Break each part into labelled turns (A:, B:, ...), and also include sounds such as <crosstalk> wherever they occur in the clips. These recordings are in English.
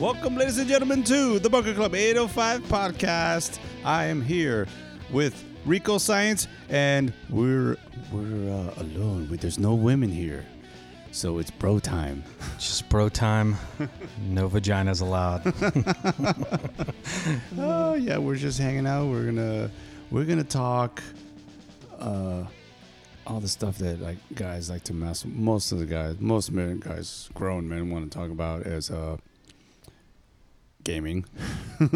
A: Welcome, ladies and gentlemen, to the Bunker Club 805 podcast. I am here with Rico Science, and we're we're uh, alone. We, there's no women here, so it's bro time.
B: Just
A: <laughs>
B: bro time. No vaginas allowed.
A: Oh yeah, we're just hanging out. We're gonna we're gonna talk uh, all the stuff that like guys like to mess. Most of the guys, most men, guys, grown men want to talk about as uh, gaming.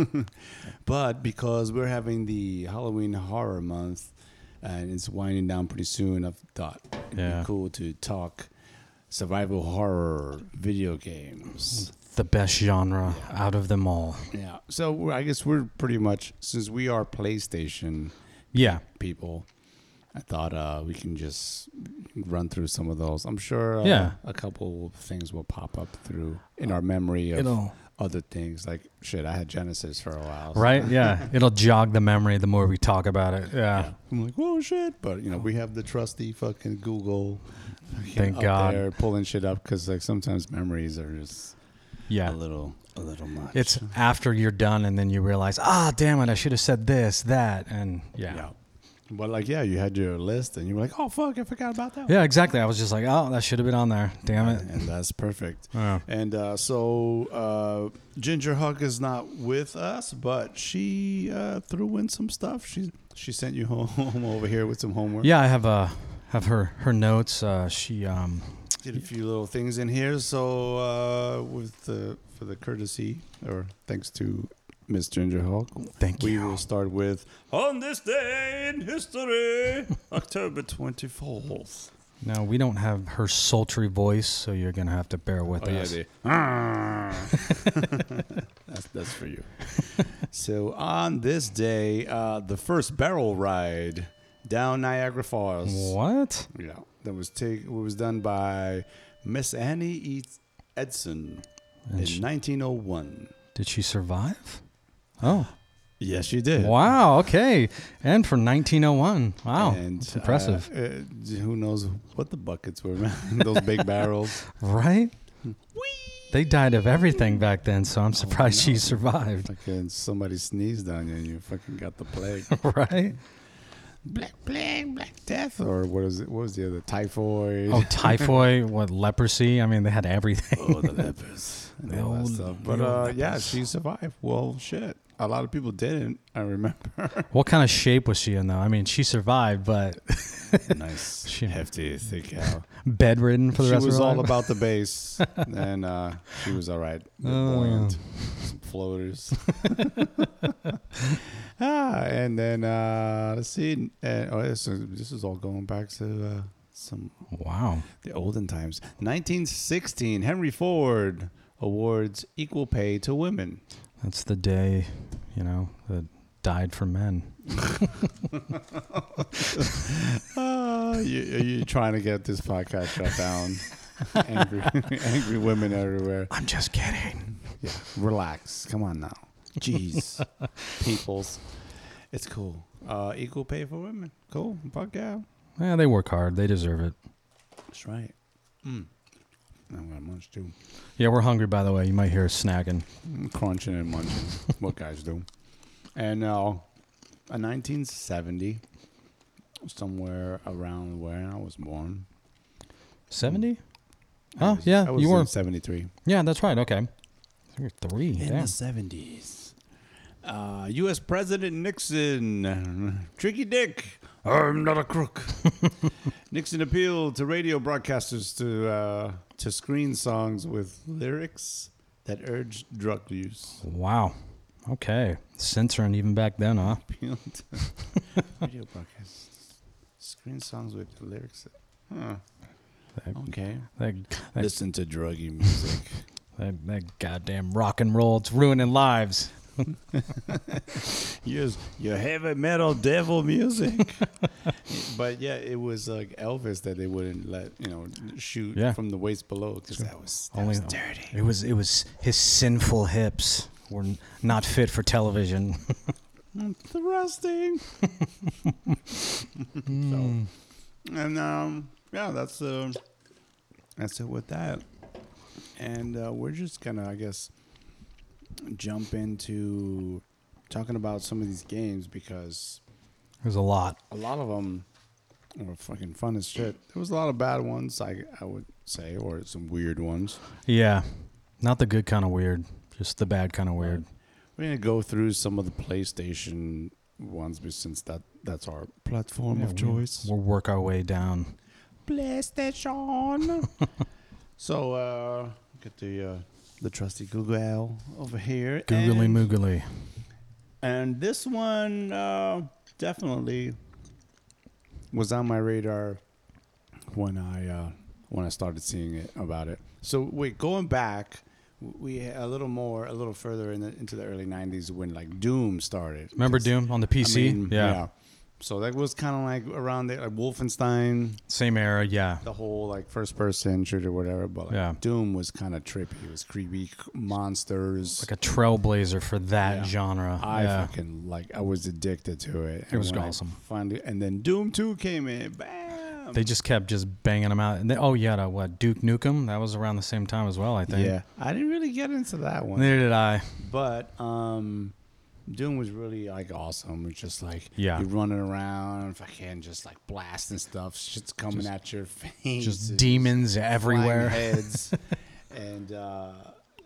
A: <laughs> but because we're having the Halloween horror month and it's winding down pretty soon, I've thought it'd
B: Yeah.
A: be cool to talk survival horror video games.
B: The best genre out of them all.
A: Yeah. So we're, I guess we're pretty much since we are PlayStation
B: Yeah.
A: people. I thought uh, we can just run through some of those. I'm sure uh,
B: Yeah. Uh,
A: a couple of things will pop up through in our memory of
B: It'll
A: other things. Like, shit, I had Genesis for a while. so- <laughs>
B: right. Yeah. It'll jog the memory the more we talk about it. Yeah.
A: I'm like, whoa, shit. But, you know, we have the trusty fucking Google fucking
B: Thank
A: up
B: God.
A: there pulling shit up because, like, sometimes memories are just
B: Yeah.
A: a little, a little much.
B: It's after you're done and then you realize, ah, damn it, I should have said this, that, and yeah. yeah.
A: yeah. But, like, yeah, you had your list and you were like, oh, fuck, I forgot about that one.
B: exactly. I was just like, oh, that should have been on there. Damn it.
A: <laughs> And that's perfect.
B: Yeah.
A: And uh, so uh, Ginger Hug is not with us, but she uh, threw in some stuff. She she sent you <laughs> home over here with some homework.
B: Yeah, I have uh have her her notes. Uh, she um
A: Did a few little things in here. So uh, with the for the courtesy or thanks to Miss Ginger Hug,
B: thank
A: we
B: you.
A: will start with on this day in history, October twenty fourth.
B: No, we don't have her sultry voice, so you're gonna have to bear with
A: Oh, yeah,
B: us.
A: they- <laughs> that's, that's for you. so on this day, uh, the first barrel ride down Niagara Falls.
B: what?
A: Yeah, that was take was done by Miss Annie E. Edson in
B: And she-
A: 1901.
B: Did she survive? Oh,
A: Yes, she did.
B: wow. Okay. And for 1901. Wow.
A: And,
B: It's impressive.
A: uh, uh, who knows what the buckets were? <laughs> man, Those big <laughs> barrels.
B: right? They died of everything back then, so I'm surprised she survived. <laughs>
A: Fucking somebody sneezed on you, and you fucking got the plague.
B: right?
A: Black plague, black death, or what is it? What was the other typhoid?
B: Oh, typhoid, <laughs> what, leprosy? I mean, they had everything.
A: <laughs> Oh, <laughs> the lepers. and
B: The
A: all that
B: old-
A: stuff.
B: the
A: But
B: old
A: uh, yeah,
B: lepers.
A: she survived. Well, shit. A lot of people didn't. I remember.
B: <laughs> What kind of shape was she in, though? I mean, she survived, but
A: <laughs> <laughs>
B: <laughs>
A: nice,
B: She-
A: hefty,
B: <laughs>
A: thick cow.
B: bedridden for the
A: she
B: rest
A: was
B: of her
A: all
B: life.
A: about the
B: <laughs>
A: base, and uh, she was all right. They're
B: Oh, wow. <laughs>
A: buoyant. Some floaters. <laughs> ah, and then uh, let's see. Uh, oh, this is, this is all going back to uh, some
B: Wow.
A: The olden times. 1916, Henry Ford awards equal pay to women.
B: That's the day, you know, that died for men.
A: Uh, you, you're trying to get this podcast shut down. <laughs> angry, angry women everywhere.
B: I'm just kidding.
A: Yeah, relax. Come on now. Jeez, peoples. It's cool. Uh, equal pay for women. Cool. Fuck yeah.
B: Yeah, they work hard. They deserve it.
A: That's right. Mm. I'm gonna munch too.
B: Yeah, we're hungry, by the way. You might hear us snagging.
A: crunching and munching. what guys do. And uh, in 1970, somewhere around where I was born. I
B: 70? Oh,
A: was-
B: yeah,
A: I was
B: you were.
A: in 73.
B: Yeah, that's right. Okay. You're three.
A: In
B: damn.
A: the 70s. Uh, U.S. President Nixon, tricky dick. I'm not a
B: <laughs>
A: crook. Nixon appealed to radio broadcasters to uh, to screen songs with lyrics that urged drug use.
B: Wow. Okay. Censoring even back then, huh?
A: appeal <laughs> to radio broadcasts. Screen songs with the lyrics. Huh.
B: That-
A: Okay.
B: That, that,
A: Listen to druggy music. <laughs>
B: that, that goddamn rock and roll, it's ruining lives.
A: Use your heavy metal devil <laughs> music. but yeah, it was like Elvis that they wouldn't let you know shoot
B: Yeah.
A: from the waist below because that was that
B: Only-
A: was dirty.
B: It was, it was his sinful hips were n- not fit for television. <laughs>
A: I'm thrusting. <laughs> so, and um, yeah, that's uh, that's it with that. And uh, we're just gonna, I guess, jump into talking about some of these games because
B: There's a lot.
A: a lot of them were fucking fun as shit. There was a lot of bad ones, I I would say, or some weird ones.
B: Yeah. Not the good kind of weird, just the bad kind of weird.
A: We're gonna go through some of the PlayStation ones, but since that that's our platform of
B: Yeah,
A: choice.
B: We'll work our way down.
A: PlayStation. <laughs> so uh, get the uh, the trusty Google over here.
B: Googly
A: and,
B: moogly.
A: And this one uh, definitely was on my radar when I uh, when I started seeing it about it. So wait, going back. We a little more, a little further in the, into the early '90s when like Doom started.
B: Remember Doom on the
A: I
B: PC?
A: mean,
B: yeah.
A: So that was kind of like around the like Wolfenstein
B: Same era. Yeah.
A: the whole like first person shooter whatever but like
B: Yeah.
A: doom was kind of trippy it was creepy c- monsters
B: Like a trailblazer for that
A: Yeah.
B: genre.
A: i
B: yeah.
A: fucking like i was addicted to it And
B: was
A: when I
B: awesome.
A: finally and then doom 2 came in bam
B: They just kept just banging them out. And they, oh, yeah. That, what? Duke Nukem? That was around the same time as well, I think.
A: yeah i didn't really get into that one
B: Neither did I.
A: but um doom was really like awesome it's just like
B: Yeah.
A: you're running around fucking just like blasting stuff shit's coming at your <laughs> face
B: Just
A: It's-
B: demons
A: flying
B: everywhere.
A: heads, and uh,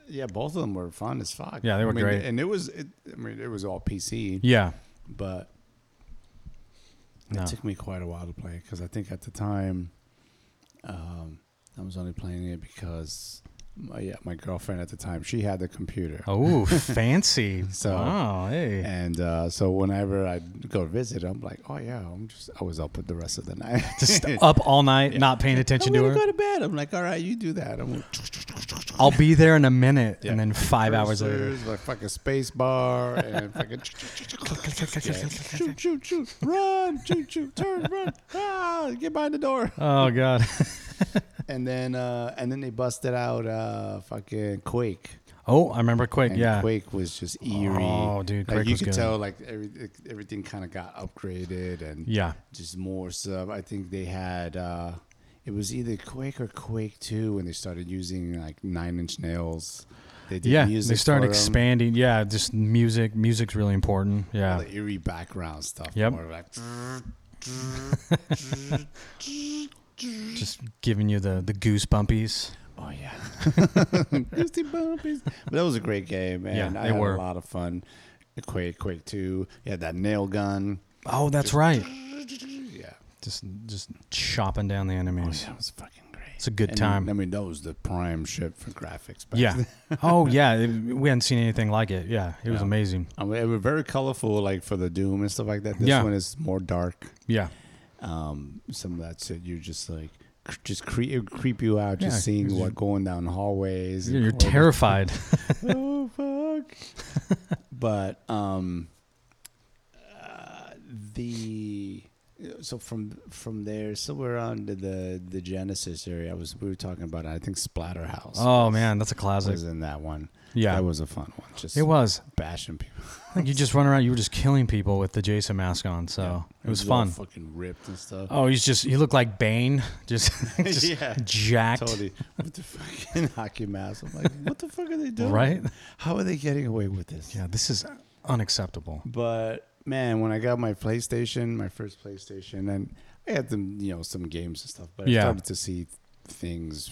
A: yeah, both of them were fun as fuck.
B: Yeah, they
A: I
B: were
A: mean,
B: great.
A: and it was. It, I mean, it was all PC,
B: Yeah.
A: but
B: No.
A: it took me quite a while to play because I think at the time, um, I was only playing it because my, yeah, my girlfriend at the time she had the computer. <laughs>
B: Oh, fancy.
A: So-
B: wow. Hey.
A: And uh, so whenever I would go visit, I'm like, oh yeah, I'm just I was up with the rest of the night. <laughs>
B: <laughs> just up all night, not paying attention
A: I'm
B: to
A: gonna
B: her.
A: go to bed. I'm like, all right, you do that. I'm
B: I'll be there in a minute, and
A: Yeah.
B: then five
A: <laughs>
B: hours later.
A: Cursors, Like fucking space bar and fucking
B: <laughs>
A: ch- ch- ch- yeah. shoot, shoot, shoot, run, shoot, shoot, turn, run, ah, get behind the door.
B: Oh god.
A: And then, uh, and then they busted out uh, fucking Quake.
B: Oh, I remember Quake.
A: And
B: Yeah.
A: Quake was just eerie.
B: Oh, dude,
A: like
B: Quake
A: you
B: was
A: could
B: good.
A: tell, like every, everything kind of got upgraded and
B: Yeah.
A: just more stuff. I think they had. Uh, it was either Quake or Quake Two when they started using like Nine Inch Nails. They did
B: Yeah.
A: music
B: They started
A: for 'em.
B: expanding. Yeah. Just music. Music's really important.
A: all
B: Yeah.
A: the eerie background stuff.
B: Yep.
A: More like,
B: Just giving you the the goose bumpies.
A: oh <laughs> yeah, Goosey Bumpies. But that was a great game, man.
B: Yeah,
A: I
B: they
A: had
B: were.
A: a lot of fun. Quake, Quake Two. You had that nail gun.
B: Oh, that's right. Oh,
A: Yeah,
B: Just just chopping down the enemies.
A: that was fucking great.
B: It's a good
A: And,
B: time.
A: I mean, that was the prime shit for graphics. Back
B: yeah.
A: then. <laughs>
B: Oh yeah. It- we hadn't seen anything like it. Yeah. It was
A: Yeah.
B: amazing.
A: I mean, it was very colorful, like for the Doom and stuff like that. This
B: Yeah.
A: one is more dark.
B: Yeah.
A: Um, some of that shit, you're just like. cr- Just cre- it would creep you out just
B: Yeah,
A: seeing
B: 'cause
A: what going down hallways. and
B: You're, you're
A: corridors.
B: terrified.
A: <laughs> oh fuck. <laughs> but um uh, the so from from there somewhere on to the the Genesis area I was we were talking about I think Splatterhouse
B: Oh man, that's a classic.
A: was in that one.
B: Yeah.
A: That was a fun one. Just
B: It was.
A: bashing people.
B: Like you just run around, you were just killing people with the Jason mask on, so
A: <laughs>
B: it was
A: all
B: fun.
A: fucking ripped and stuff.
B: Oh, he's just he looked like Bane, <laughs>
A: <laughs>
B: just, just
A: Yeah,
B: jacked, <laughs>
A: Totally. With the fucking hockey mask. I'm like, what the fuck are they doing?
B: right?
A: How are they getting away with this?
B: Yeah, this is unacceptable.
A: But man, when I got my PlayStation, my first PlayStation, and I had some, you know, some games and stuff. But
B: Yeah.
A: I started to see things.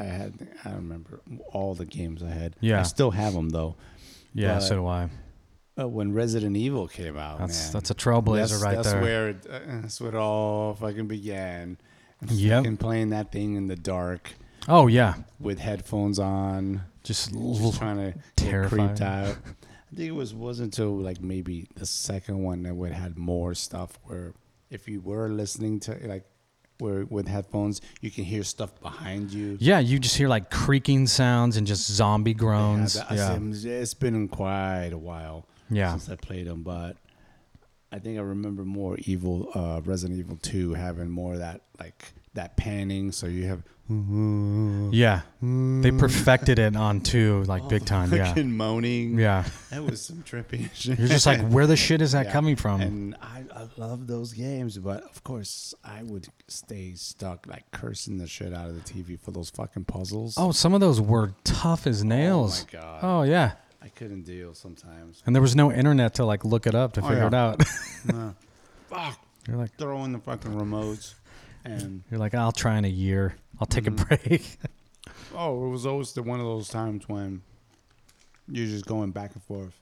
A: I had, I don't remember all the games I had.
B: Yeah.
A: I still have them though.
B: Yeah,
A: But-
B: so do I.
A: Uh, when Resident Evil came out,
B: That's
A: man,
B: that's a trailblazer
A: that's-
B: right
A: that's
B: there.
A: Where it, uh, that's where it all fucking began.
B: Yep.
A: And playing that thing in the dark
B: oh yeah,
A: with headphones on,
B: just
A: just trying to get
B: terrifying.
A: creeped out. I think it was wasn't until like maybe the second one that would had more stuff where if you were listening to like where with headphones you can hear stuff behind you.
B: yeah, you just hear like creaking sounds and just zombie
A: Yeah,
B: groans.
A: that- I
B: Yeah,
A: said, it's been quite a while
B: yeah,
A: since I played them, but I think I remember more Evil uh, Resident Evil Two having more of that like that panning. So you have
B: yeah. They
A: Mm.
B: perfected it on two like
A: Oh, <laughs>
B: big time. Yeah,
A: fucking moaning.
B: yeah.
A: that was some trippy <laughs> shit.
B: You're just like, where the shit is
A: <laughs>
B: that
A: Yeah.
B: coming from?
A: And I, I love those games, but of course I would stay stuck like cursing the shit out of the TV for those fucking puzzles.
B: Oh, some of those were tough as
A: Oh
B: Oh, nails.
A: my god.
B: Oh, yeah.
A: I couldn't deal sometimes.
B: And there was no internet to like look it up to
A: Oh,
B: figure
A: yeah.
B: it out. <laughs>
A: Uh, fuck,
B: you're like
A: throwing the fucking remotes, and
B: you're like I'll try in a year. I'll take a
A: Mm-hmm.
B: break. <laughs>
A: oh, it was always the one of those times when you're just going back and forth,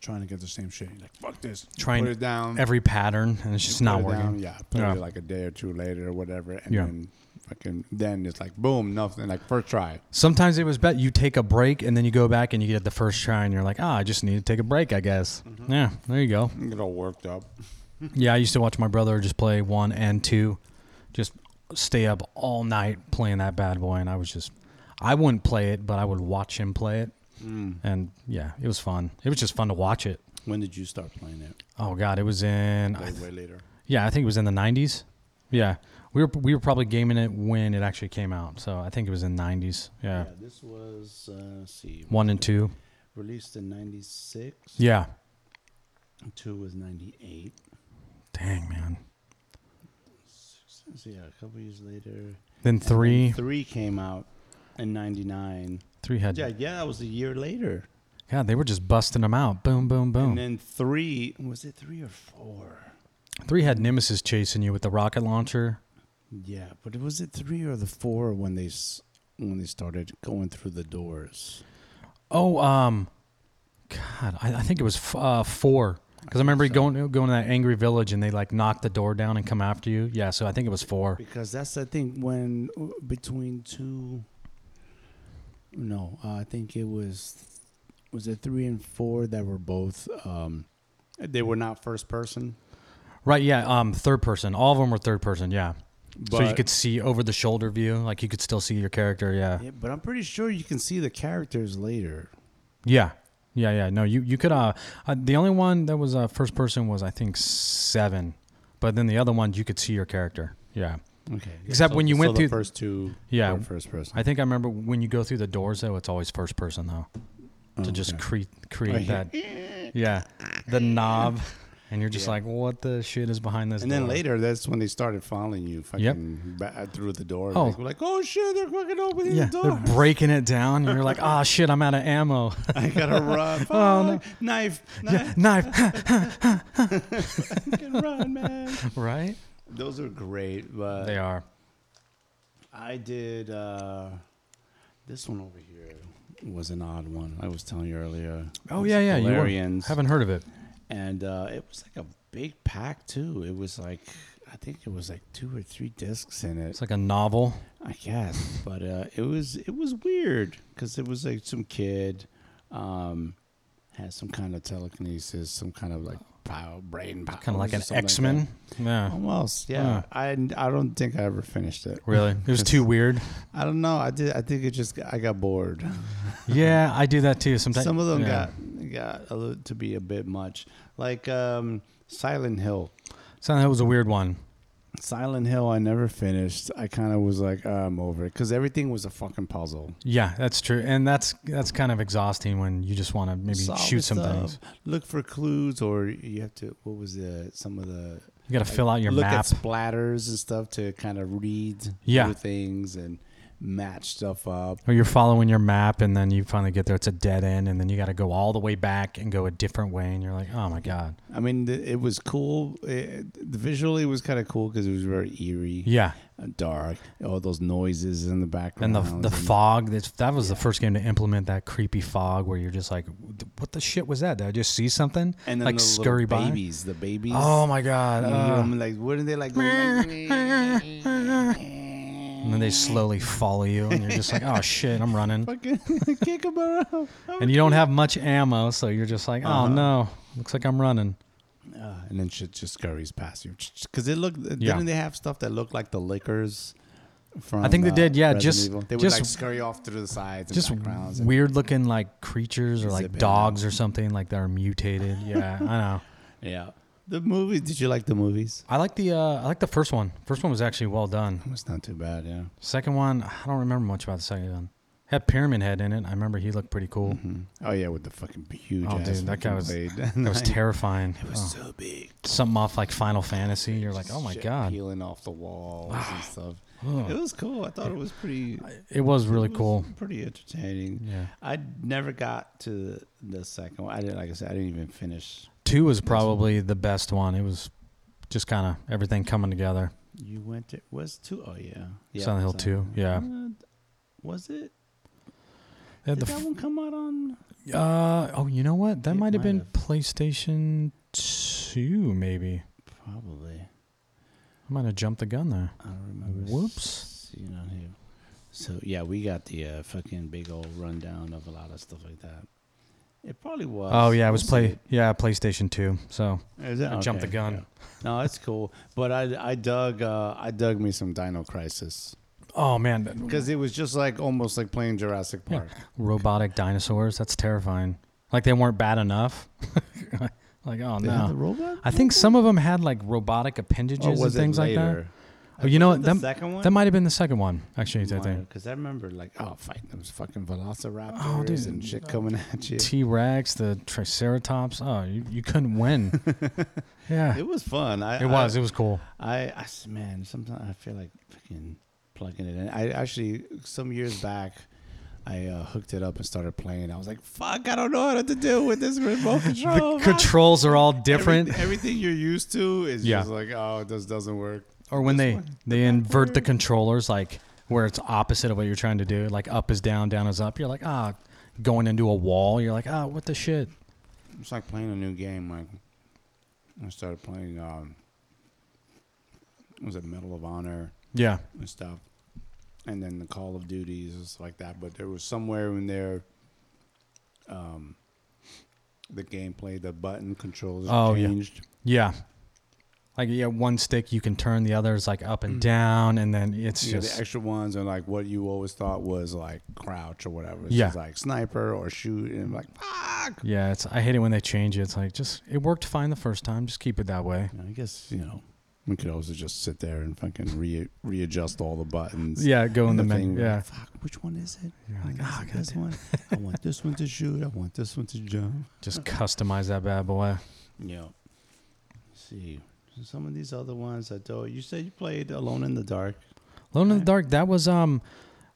A: trying to get the same shit. You're like fuck this,
B: Trying
A: put it down.
B: every pattern and it's just
A: Um, put
B: not
A: it
B: working.
A: down, yeah, put
B: Yeah.
A: it like a day or two later or whatever, and
B: Yeah.
A: then fucking then it's like boom, nothing. Like first try.
B: Sometimes it was bet you take a break and then you go back and you get the first try and you're like, ah, I just need to take a break, I guess.
A: Mm-hmm.
B: Yeah, there you go.
A: I get all worked up.
B: Yeah, I used to watch my brother just play one and two, just stay up all night playing that bad boy, and I was just, I wouldn't play it, but I would watch him play it,
A: Mm.
B: and yeah, it was fun. It was just fun to watch it.
A: When did you start playing it?
B: Oh God, it was in,
A: Way,
B: I,
A: way later.
B: yeah, I think it was in the '90s. Yeah, we were we were probably gaming it when it actually came out, so I think it was in '90s. Yeah,
A: Yeah, this was uh, let's see,
B: one and two.
A: released in '96.
B: Yeah,
A: Two was '98.
B: dang man.
A: So yeah, a couple years later.
B: Then three,
A: Three came out in '99.
B: three had.
A: Yeah, yeah, that was a year later.
B: God, they were just busting them out. Boom, boom, boom.
A: And then three was it three or four?
B: three had Nemesis chasing you with the rocket launcher.
A: Yeah, but was it three or the four when they s- when they started going through the doors?
B: Oh, um, God, I, I think it was f- uh, four because I remember going going to that angry village and they like knock the door down and come after you. Yeah, so I think it was four.
A: Because that's I think when uh, between two. No, uh, I think it was was it three and four that were both. Um, they were not first person,
B: Right? Yeah. Um, third person. All of them were third person. Yeah.
A: but
B: so you could see over the shoulder view, like you could still see your character. Yeah.
A: Yeah, but I'm pretty sure you can see the characters later.
B: Yeah. Yeah. Yeah. No, you you could. Uh, uh the only one that was uh, first person was I think seven, but then the other ones you could see your character. Yeah.
A: Okay.
B: Except when you went
A: the
B: through-
A: first two.
B: Yeah.
A: were first person.
B: I think I remember when you go through the doors though, it's always first person though.
A: Oh,
B: to just cre- create
A: Right
B: that, yeah,
A: <laughs>
B: the knob, and you're just like, what the shit is behind this?
A: And then
B: door?
A: later, that's when they started following you, fucking
B: Yep.
A: ba- through the door.
B: Oh.
A: like, like, oh shit, they're fucking opening
B: yeah,
A: the door.
B: they're breaking it down, and you're like, ah, shit, I'm out of ammo.
A: <laughs>
B: <laughs>
A: I gotta run. oh, knife, knife,
B: Knife, <laughs>
A: fucking <laughs> run, man.
B: right?
A: Those are great, but
B: They are.
A: I did uh, this one over here was an odd one. I was telling you earlier.
B: Oh
A: It's
B: yeah, yeah. You were,
A: Valerians.
B: haven't heard of it?
A: and uh, it was like a big pack too. It was like I think it was like two or three discs in it,
B: It's like a novel.
A: I guess. But uh, it was it was weird because it was like some kid um, had some kind of telekinesis, some kind of like power, brain power,
B: Kind of like an X Men. yeah,
A: Almost, yeah.
B: Huh.
A: I I don't think I ever finished it.
B: really. It
A: <laughs>
B: was too weird.
A: I don't know. I did. I think it just I got bored.
B: Yeah, I do that too. Sometimes
A: Some of them
B: yeah.
A: got got a little, to be a bit much. Like um, Silent Hill.
B: So that was a weird one.
A: Silent Hill, I never finished. I kind of was like, uh, I'm over it because everything was a fucking puzzle.
B: Yeah, that's true, and that's that's kind of exhausting when you just want to maybe
A: Solve
B: shoot
A: the
B: some
A: stuff,
B: things.
A: Look for clues, or you have to. What was the some of the
B: You got to fill out your
A: look
B: map.
A: at splatters and stuff to kind of read
B: Yeah.
A: through things and match stuff up.
B: Or you're following your map and then you finally get there. It's a dead end, and then you got to go all the way back and go a different way. And you're like, oh my God.
A: I mean, th- it was cool. It, visually, it was kind of cool because it was very eerie,
B: Yeah.
A: and dark. All those noises in the
B: And
A: background
B: the, the fog, that's, that was the first game to implement that creepy fog where you're just like, what the shit was that? Did I just see something?
A: and then
B: like
A: the little
B: scurry by.
A: babies, the babies.
B: Oh my God.
A: You hear
B: uh,
A: 'em, like, wouldn't they like? go like-
B: and then they slowly follow you, and you're just like, oh shit, I'm
A: <laughs>
B: running.
A: fucking kick him around.
B: And you don't have much ammo, so you're just like, oh
A: Uh-huh.
B: no, looks like I'm running.
A: Uh, and then shit just scurries past you because it looked.
B: Yeah.
A: Didn't they have stuff that looked like the liquors? From
B: I think they
A: uh,
B: did, yeah,
A: Resident
B: just-
A: Evil? they would
B: just-
A: like scurry off through the sides, and
B: just
A: backgrounds and,
B: weird looking like creatures or like
A: Zipping
B: dogs or something like that
A: <laughs>
B: are mutated. Yeah, I know.
A: yeah. The movies. Did you like the movies?
B: I like the uh, I like the first one. First one was actually well done.
A: It was not too bad. Yeah.
B: Second one, I don't remember much about the second one. Had Pyramid Head in it. I remember he looked pretty cool.
A: Oh yeah, with the fucking huge.
B: Oh,
A: ass
B: dude, that guy was-
A: blade. <laughs>
B: That was terrifying.
A: It was
B: Oh,
A: so big.
B: something off like Final Fantasy. You're like, oh my
A: Shit
B: god.
A: peeling off the walls and stuff.
B: Oh,
A: It was cool. I thought it was pretty.
B: it was really
A: it was
B: cool.
A: Pretty entertaining.
B: Yeah.
A: I never got to the second one. I didn't. Like I said, I didn't even finish.
B: Two was probably the best one. It was just kind of everything coming together.
A: You went to was two oh yeah. yeah
B: Silent Hill 2, yeah.
A: Uh, was it?
B: They had
A: Did
B: the
A: that one come out on?
B: f- uh, oh, you know what? That
A: It
B: might have
A: might
B: been
A: have.
B: PlayStation 2, maybe.
A: Probably.
B: I might have jumped the gun there.
A: I don't remember.
B: Whoops.
A: You know here. So yeah, we got the uh, fucking big old rundown of a lot of stuff like that. It probably was.
B: Oh, yeah, it was
A: Let's
B: play. Yeah, PlayStation 2. So
A: see. Is it?
B: I jumped the
A: Okay,
B: gun.
A: yeah. No, that's cool. But I I dug uh, I dug me some Dino Crisis
B: Oh, man.
A: because it was just like almost like playing Jurassic
B: Yeah.
A: Park.
B: Robotic dinosaurs. That's terrifying. Like they weren't bad enough. <laughs> like, oh,
A: They had the
B: no.
A: robot.
B: I think some of them had like robotic appendages
A: Or was
B: and things
A: it
B: like that.
A: later?
B: Oh, you know
A: Was
B: what?
A: it The
B: That,
A: second one.
B: that might have been the second one, actually. I think. Oh,
A: Because I remember like oh fighting those fucking velociraptors
B: dude.
A: and shit coming at you.
B: T Rex, the Triceratops. Oh, you, you
A: <laughs>
B: couldn't win. <laughs> yeah, it,
A: It was fun. I, I-
B: was. It was cool.
A: I, I s- man, sometimes I feel like fucking plugging it in. I actually some years back, I uh, hooked it up and started playing. I was like, "Fuck, I don't know how to do with this remote control."
B: <laughs> the controls are all different.
A: Every- everything you're used to is
B: Yeah.
A: just like, "Oh, this doesn't work."
B: or when
A: this
B: they
A: one,
B: they invert the controllers, like where it's opposite of what you're trying to do. Like up is down, down is up. You're like ah, going into a wall. You're like ah, what the shit.
A: It's like playing a new game. Like I started playing, um, was it Medal of Honor?
B: Yeah,
A: and stuff. And then the Call of Duties and stuff like that. But there was somewhere in there, um, the gameplay, the button controls
B: Oh, yeah.
A: changed.
B: yeah. Like yeah, one stick you can turn, the other is like up and down, and then it's
A: You know,
B: just
A: the extra ones are like what you always thought was like crouch or whatever. It's
B: Yeah.
A: just like sniper or shoot. And I'm like, fuck.
B: yeah. It's I hate it when they change it. It's like just it worked fine the first time. Just keep it that way.
A: You know, I guess, you know, we could also just sit there and fucking re- readjust all the buttons.
B: Yeah, go in
A: And
B: the,
A: the
B: men-
A: thing-
B: Yeah,
A: Fuck, which one is it?
B: You're
A: Oh,
B: like,
A: is
B: "Ah,
A: it this one. I want this one to shoot. I want this one to jump.
B: just customize that bad boy.
A: Yeah. see, some of these other ones I told you said you played Alone in the Dark.
B: Lone in the
A: Okay.
B: Dark. That was um,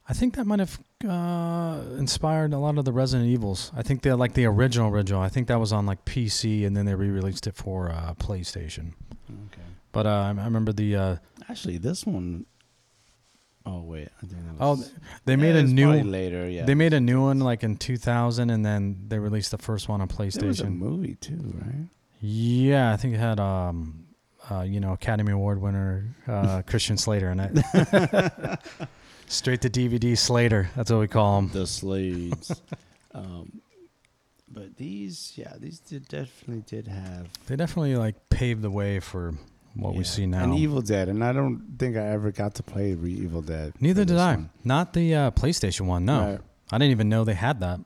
B: I think that might have uh, inspired a lot of the Resident Evils. I think they're like the original original. I think that was on like PC, and then they re-released it for uh, PlayStation.
A: Okay.
B: But uh, I I remember the uh,
A: Actually, this one oh wait, I think that
B: oh,
A: was.
B: they made
A: Yeah,
B: a
A: it's probably
B: new
A: later. Yeah,
B: they made a new one like in 2000, and then they released the first one on
A: There was a
B: PlayStation.
A: movie too, right?
B: Yeah, I think it had um, uh, you know, Academy Award winner
A: <laughs>
B: uh, Christian Slater in it. <laughs> Straight to DVD Slater. That's what we call him.
A: The
B: <laughs>
A: Slades. um, but these, yeah, these did, definitely did have
B: They definitely like paved the way for what
A: yeah.
B: we see now.
A: And Evil Dead, and I don't think I ever got to play Re Evil Dead.
B: Neither
A: for
B: did
A: this
B: I.
A: one.
B: Not the uh, PlayStation one. No,
A: Right.
B: I didn't even know they had that.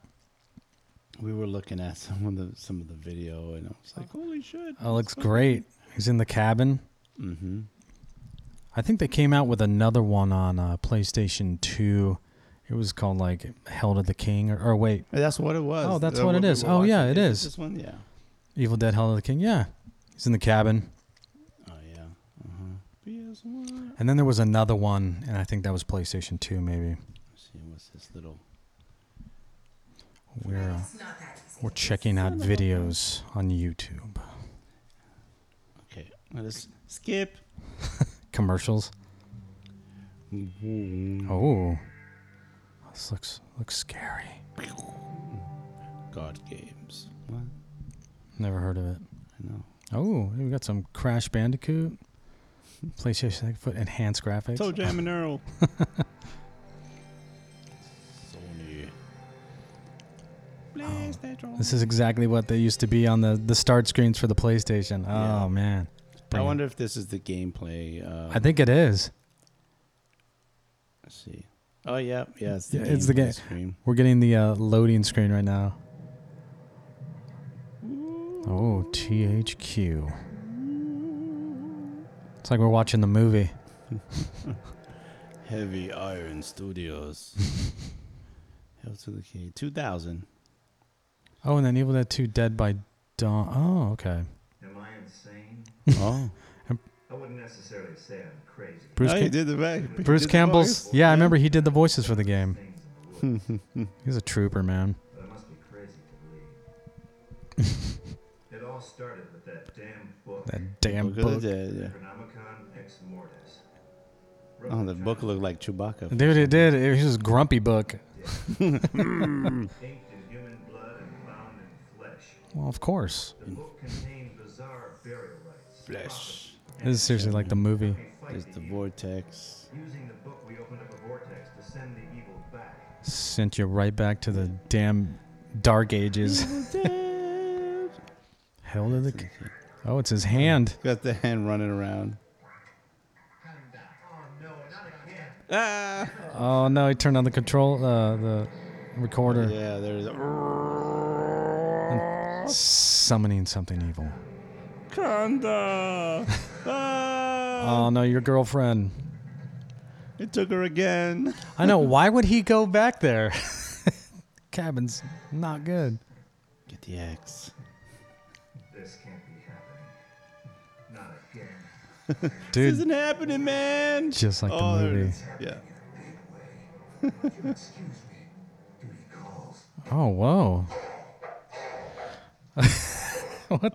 A: We were looking at <laughs> some of the some of the video, and I was like, "Holy shit!"
B: Oh. It looks great. He's in the cabin.
A: Mm-hmm.
B: I think they came out with another one on uh, PlayStation Two. It was called like Hell to the King, or, or wait,
A: That's what it was.
B: Oh, that's
A: The-
B: what it
A: we
B: is.
A: were
B: Oh, yeah,
A: watching.
B: it is.
A: This one, yeah.
B: Evil Dead Hell to the King. Yeah, he's in the cabin.
A: Oh yeah. Uh-huh. PS1.
B: And then there was another one, and I think that was PlayStation Two, maybe.
A: Let's see what's this little.
B: We're uh, we're checking out videos on YouTube.
A: Okay, let us skip.
B: Commercials.
A: Oh
B: Oh, this looks looks scary.
A: God, games. What?
B: Never heard of it.
A: I know.
B: Oh, we got some Crash Bandicoot, PlayStation Foot enhanced graphics.
A: Toe Jam and
B: <laughs>
A: Earl. Sony. PlayStation.
B: Oh, This is exactly what they used to be on the the start screens for the PlayStation. Oh
A: Yeah.
B: man,
A: I
B: Brilliant.
A: wonder if this is the gameplay. Uh,
B: I think it is.
A: let's see. Oh yeah, yeah. It's the
B: Yeah,
A: game.
B: it's the game.
A: Scream.
B: We're getting the uh, loading screen right now. Oh, THQ. It's like we're watching the movie.
A: Heavy Iron Studios.
B: <laughs>
A: Hell to the King. 2000.
B: Oh, and then Evil Dead 2 Dead by Dawn. Oh, okay.
C: Am I insane?
A: Oh.
C: Oh I wouldn't necessarily say I'm crazy.
B: Bruce,
A: oh,
B: Ca-
A: he did the back.
B: Bruce Campbell's. Yeah, I remember he did the voices for
A: <laughs>
B: the game.
C: Things in the woods,
B: He's a trooper, man.
C: but I must be crazy to believe.
A: <laughs>
C: it all started with that damn book,
B: That damn
A: Book of
B: book.
A: the Dead, Oh, yeah.
C: Necronomicon Ex Mortis.
A: Oh, the book looked like Chewbacca.
B: Dude, it did. It was just grumpy book.
C: Inked in human blood and bound in flesh.
B: Well, of course.
A: Mm.
C: The book contained bizarre burial rites.
A: Flesh.
B: This is seriously like the movie.
C: We fight
A: There's
C: the
A: the
C: evil.
A: vortex.
C: Using the book, we opened up a vortex to send the evil back.
B: Sent you right back to the damn dark ages.
A: <laughs>
B: Hell to the. c- Oh, it's his hand.
A: Got the hand running around.
C: Oh no, not again!
A: Ah!
B: Oh no, he turned on the control, uh, the recorder,
A: Yeah, there's.
B: summoning something evil. <laughs>
A: Kanda! Ah!
B: Oh no, your girlfriend.
A: It took her again.
B: I know. Why would he go back there? <laughs> Cabin's not good.
A: Get the axe.
C: This can't be happening. Not again.
A: This
B: Dude,
A: isn't happening, man.
B: Just like the
A: Oh, there it
B: movie.
A: is. Yeah.
C: Excuse me. Duty calls.
B: oh, whoa.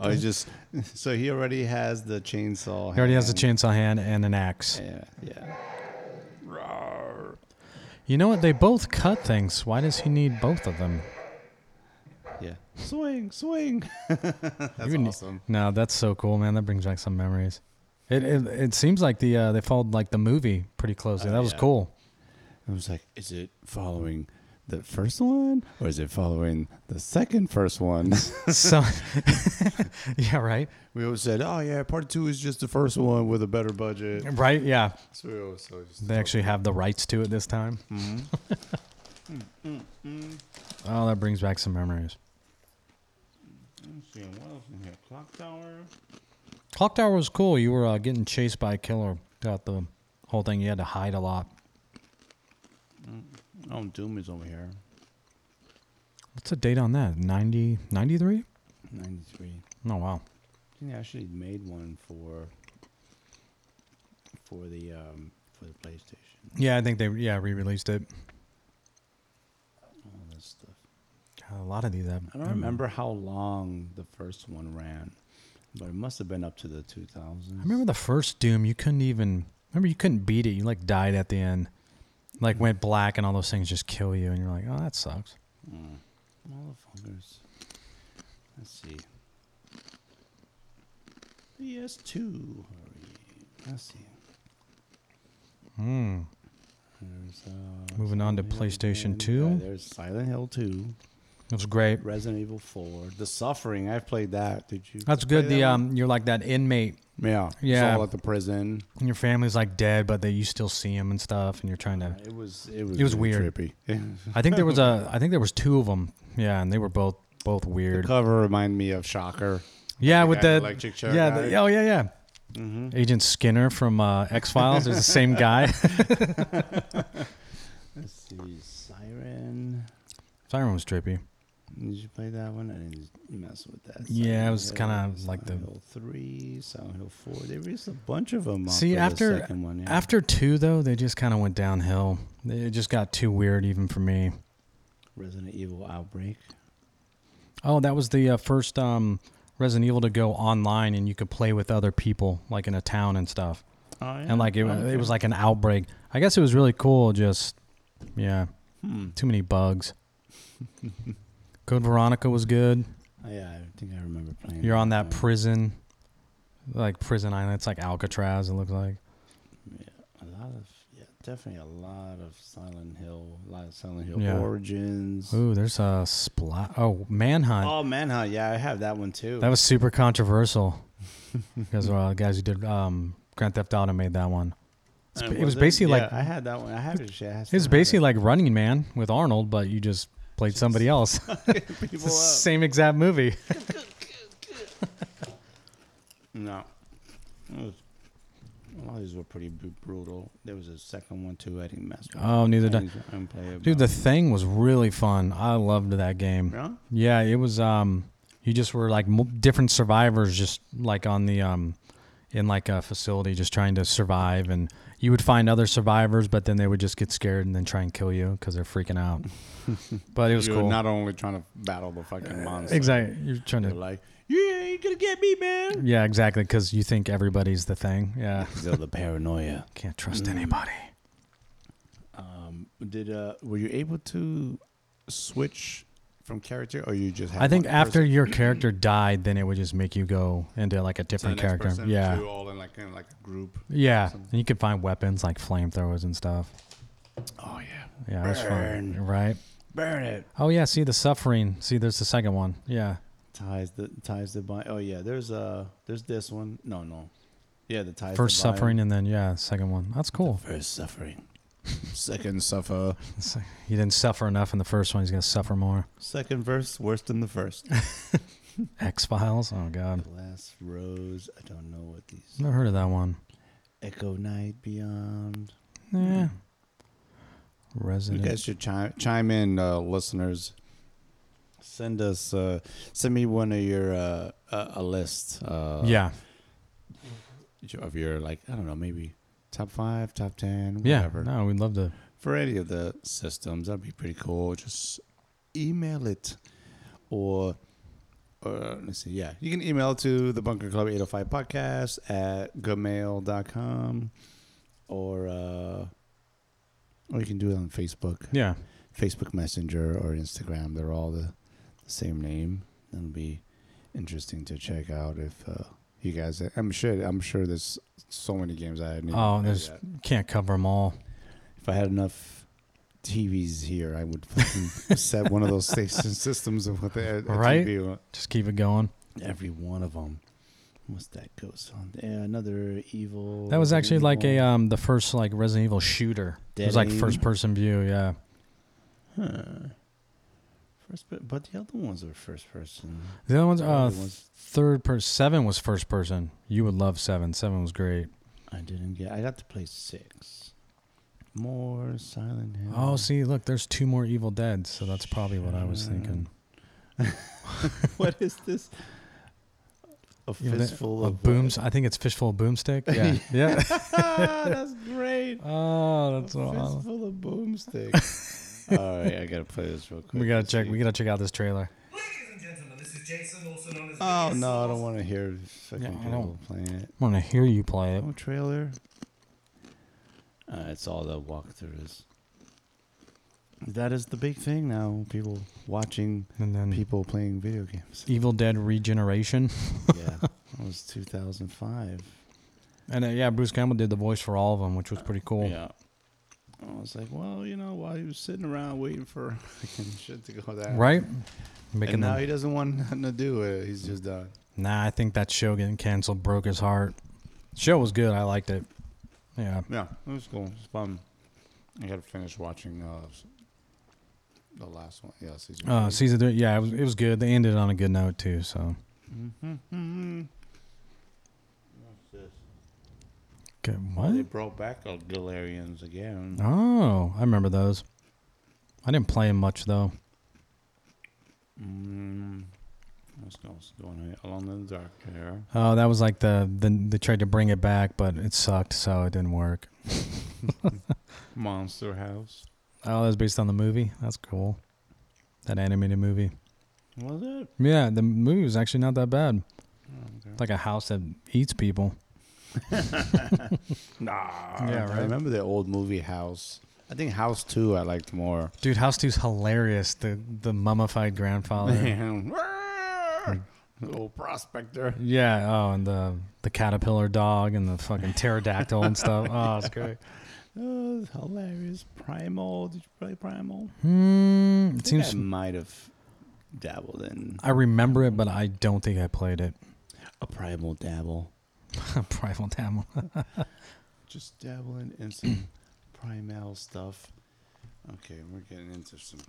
A: Oh, he just. So he already has the chainsaw.
B: He already has a
A: hand.
B: chainsaw hand and an axe.
A: Yeah, yeah. Roar.
B: You know what? They both cut things. Why does he need both of them?
A: Yeah. Swing, swing. That's
B: You ne-
A: awesome.
B: No, that's so cool, man. That brings back some memories. It it, it seems like the uh, they followed like the movie pretty closely.
A: Oh,
B: that was
A: yeah. <laughs>
B: cool.
A: I was like, is it following the first one or is it following the second first <laughs> one?
B: So, <laughs> yeah, right,
A: we always said, oh, yeah, part two is just the first one with a better budget.
B: right, yeah.
A: So we always, always
B: They actually have the rights to it this time.
A: Mm-hmm.
B: <laughs> oh, that brings back some memories.
A: Seeing what else in here? Clock tower.
B: Clock Tower was cool. You were uh, getting chased by a killer throughout the whole thing. You had to hide a lot.
A: Oh, Doom is over here.
B: What's the date on that? 90, 93?
A: 93.
B: Oh, wow.
A: I think they actually made one for for the um, for the PlayStation.
B: Yeah, I think they yeah re-released it.
A: All this stuff.
B: God, a lot of these. Have,
A: I don't remember how long the first one ran, but it must have been up to the 2000s.
B: I remember the first Doom. You couldn't even remember. You couldn't beat it. You like died at the end, like went black, and all those things just kill you. And you're like, oh, that sucks.
A: Hmm. Motherfuckers. Let's see. PS2. Hurry. Let's see.
B: Hmm.
A: There's, uh,
B: Moving on to
A: Silent Hill
B: PlayStation
A: one.
B: 2.
A: Yeah, there's Silent Hill 2,
B: It was great.
A: Resident Evil 4, The Suffering. I've played that. Did you?
B: That's
A: play
B: good. The
A: that one?
B: um, you're like that inmate,
A: yeah, it's
B: yeah.
A: all at the prison.
B: and your family's like dead, but they, you still see him and stuff, and you're trying to.
A: It was it was
B: It was
A: really
B: weird.
A: trippy. <laughs> the
B: I think there was a.
A: <laughs>
B: I think there was two of them. Yeah, and they were both both weird.
A: cover reminded me of Shocker.
B: Yeah,
A: the
B: with
A: guy in the
B: the
A: electric chair
B: Yeah,
A: guy. Mm-hmm.
B: the, oh yeah, yeah. Agent Skinner from uh, X Files is
A: <laughs>
B: the same guy. <laughs>
A: Let's see, Siren.
B: Siren was trippy.
A: Did you play that one? I didn't mess with that.
B: Yeah,
A: Silent
B: it was
A: Hill,
B: kinda like the-
A: Silent Hill three, Silent Hill four. They released a bunch of them.
B: See,
A: the
B: after
A: second one, yeah.
B: after two though, they just kind of went downhill. It just got too weird even for me.
A: Resident Evil Outbreak.
B: Oh, that was the uh, first um, Resident Evil to go online, and you could play with other people, like in a town and stuff.
A: Oh, yeah.
B: And like it, it was like an outbreak. I guess it was really cool. Just yeah,
A: Hmm.
B: too
A: <laughs>
B: many bugs. Code Veronica was good.
A: Oh, yeah, I think I remember playing.
B: You're on that
A: one.
B: prison, like prison island. It's like Alcatraz. It looks like.
A: a lot of yeah, definitely a lot of Silent Hill, a lot of Silent Hill
B: Yeah.
A: Origins.
B: Ooh, there's a splat. Oh, Manhunt.
A: Oh Manhunt, yeah, I have that one too.
B: That was super controversial. <laughs> Because uh, guys who did um, Grand Theft Auto made that one.
A: Uh,
B: it was basically
A: Yeah,
B: like-
A: I had that one. I had it. shit, I
B: It was basically like Running Man with Arnold, but you just played somebody else.
A: like people
B: <laughs> it's the
A: up.
B: same
A: <laughs>
B: exact movie.
A: No, It was- a lot of these were pretty br- brutal. There was a second one too. I didn't mess with.
B: Oh, neither
A: I
B: did I.
A: didn't- I didn't play it,
B: Dude,
A: but-
B: the thing was really fun. I loved that game.
A: Yeah?
B: Yeah, it was. Um, you just were like m- different survivors, just like on the um, in like a facility just trying to survive and you would find other survivors but then they would just get scared and then try and kill you because they're
A: <laughs>
B: freaking out but it was
A: You're
B: cool Uh,
A: not only trying to battle the fucking monster.
B: exactly you're trying
A: You're
B: to
A: like, you ain't gonna get me, man.
B: yeah exactly because you think everybody's the thing
A: <laughs>
B: yeah
A: So the paranoia.
B: can't trust
A: Mm.
B: anybody
A: Did uh, were you able to switch from character, or you just? Had
B: i think
A: one
B: after
A: person?
B: your character died then it would just make you go into like a
A: So the
B: different
A: next
B: character
A: person,
B: yeah
A: two all in like in like a group.
B: yeah and you could find weapons like flamethrowers and stuff
A: Oh yeah,
B: yeah it was
A: Burn.
B: fun right
A: burn it.
B: oh yeah see the suffering see there's the second one yeah
A: Ties the ties the bind. Oh yeah, there's uh there's this one. No no, yeah the ties.
B: First
A: that bind.
B: suffering and then yeah, second one. That's cool.
A: First suffering. <laughs> Second suffer.
B: It's like, he didn't suffer enough in the first one. He's gonna suffer more.
A: Second verse worse than the first. <laughs>
B: X Files. Oh God,
A: Last rose. I don't know what these.
B: never heard of that one.
A: Echo night beyond.
B: Yeah.
A: Hmm. You
B: Resident.
A: guys should chime chime in, uh, listeners. Send us, uh, send me one of your uh, a, a list. Uh,
B: yeah.
A: of your like I don't know maybe top five, top ten,
B: Yeah.
A: whatever.
B: No, we'd love to.
A: For any of the systems, that'd be pretty cool. Just email it, or or let's see, yeah, you can email to the Bunker Club eight hundred five podcast at gmail.com or uh, or you can do it on Facebook.
B: Yeah.
A: Facebook Messenger or Instagram. They're all the, the same name. It'll be interesting to check out if uh, you guys. I'm sure. I'm sure there's so many games I haven't. even
B: Oh,
A: played
B: there's
A: yet.
B: can't cover them all.
A: If I had enough TVs here, I would fucking set one of those
B: <laughs>
A: station systems of what the uh, a
B: Right?
A: TV on
B: Just keep it going.
A: every one of them. What's that goes on there? Another evil.
B: That was actually like a
A: Evil.
B: um the first like Resident Evil shooter. It
A: Dead
B: was like
A: Aim.
B: first person view. Yeah.
A: Huh. First, per- but the other ones are first person.
B: The other one's
A: The
B: uh
A: other ones-
B: third person. Seven was first person. You would love seven. Seven was great.
A: I didn't get. I got to play six. More Silent Hill.
B: Oh, see, look, there's two more Evil Dead, so that's probably what I was thinking. <laughs>
A: <laughs> what is this? A
B: You know, the-
A: fistful
B: a
A: of uh,
B: booms. I think it's fishful
A: <laughs>
B: of boomstick. Yeah, yeah.
A: That's great.
B: oh, <laughs> that's
A: a
B: all.
A: fistful of boomstick.
B: <laughs>
A: All right, I gotta play this real quick.
B: We gotta
A: Let's
B: check.
A: see.
B: We gotta check out this trailer.
C: Ladies and gentlemen, this is Jason, also known as.
A: oh no, I don't want to hear fucking
B: Yeah, I
A: people playing it.
B: I'm gonna hear you play it.
A: No trailer. Uh, it's all that walkthrough is. That is the big thing now. People watching
B: And then
A: people playing video games.
B: Evil Dead Regeneration.
A: <laughs> yeah, that was 2005.
B: And uh, yeah, Bruce Campbell did the voice for all of them, which was pretty cool.
A: Yeah. I was like, well, you know, while he was sitting around waiting for <laughs> fucking shit to go down.
B: Right?
A: And
B: Making
A: now
B: them.
A: he doesn't want <laughs> nothing to do with it. He's just uh, done.
B: Nah, I think that show getting canceled broke his heart. Show was good. I liked it. Yeah.
A: Yeah, it was cool. It was fun. I got to finish watching uh, s- the last one. Yeah, season
B: Uh,
A: three.
B: season three. Yeah, it was. It was good. They ended on a good note too. So.
A: Mm-hmm.
B: Okay. What?
A: They brought back the Galarians again.
B: Oh, I remember those. I didn't play 'em much though.
A: Mm. What's going what's going on? Along in the dark here.
B: Oh, that was like the, the they tried to bring it back, but it sucked, so it didn't work.
A: Monster House.
B: Oh, that was based on the movie. That's cool. That animated movie.
A: Was it?
B: Yeah, the movie was actually not that bad.
A: okay.
B: It's like a house that eats people.
A: Nah.
B: Uh, Yeah,
A: I
B: right.
A: remember the old movie House. I think House 2 I liked
B: <laughs>
A: more. <laughs>
B: Dude, House Two's hilarious. The the
A: <laughs>
B: mummified grandfather.
A: the old prospector.
B: yeah. Oh, and the the caterpillar dog and the fucking pterodactyl and stuff.
A: <laughs>
B: Oh, it's great.
A: Oh, it's hilarious. Primal. Did you play Primal?
B: Hmm.
A: I
B: It
A: think
B: seems.
A: I might have dabbled in
B: I remember it, but I don't think I played it. <laughs>
A: a Primal dabble.
B: Primal Tamil.
A: Just dabbling in some <clears throat> Primal stuff. Okay, we're getting into some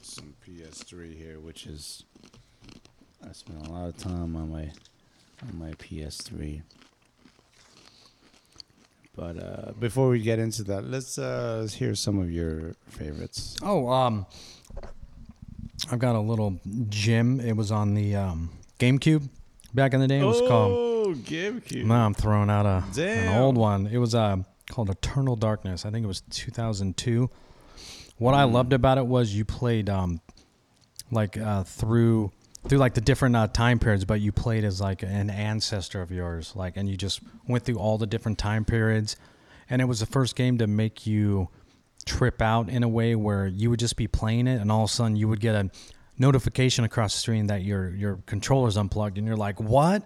A: some PS3 here, which is I spent a lot of time on my on my PS3. But uh, before we get into that, let's uh, hear some of your favorites.
B: Oh, um, I've got a little gym. It was on the um, GameCube back in the day. It was called
A: Oh, GameCube.
B: No, I'm throwing out a an
A: Damn.
B: old one. It was uh, called Eternal Darkness. I think it was 2002. What
A: Hmm.
B: I loved about it was you played um, like uh, through through like the different uh, time periods, but you played as like an ancestor of yours, like, and you just went through all the different time periods. And it was the first game to make you trip out in a way where you would just be playing it, and all of a sudden you would get a notification across the screen that your your controller's unplugged, and you're like, what?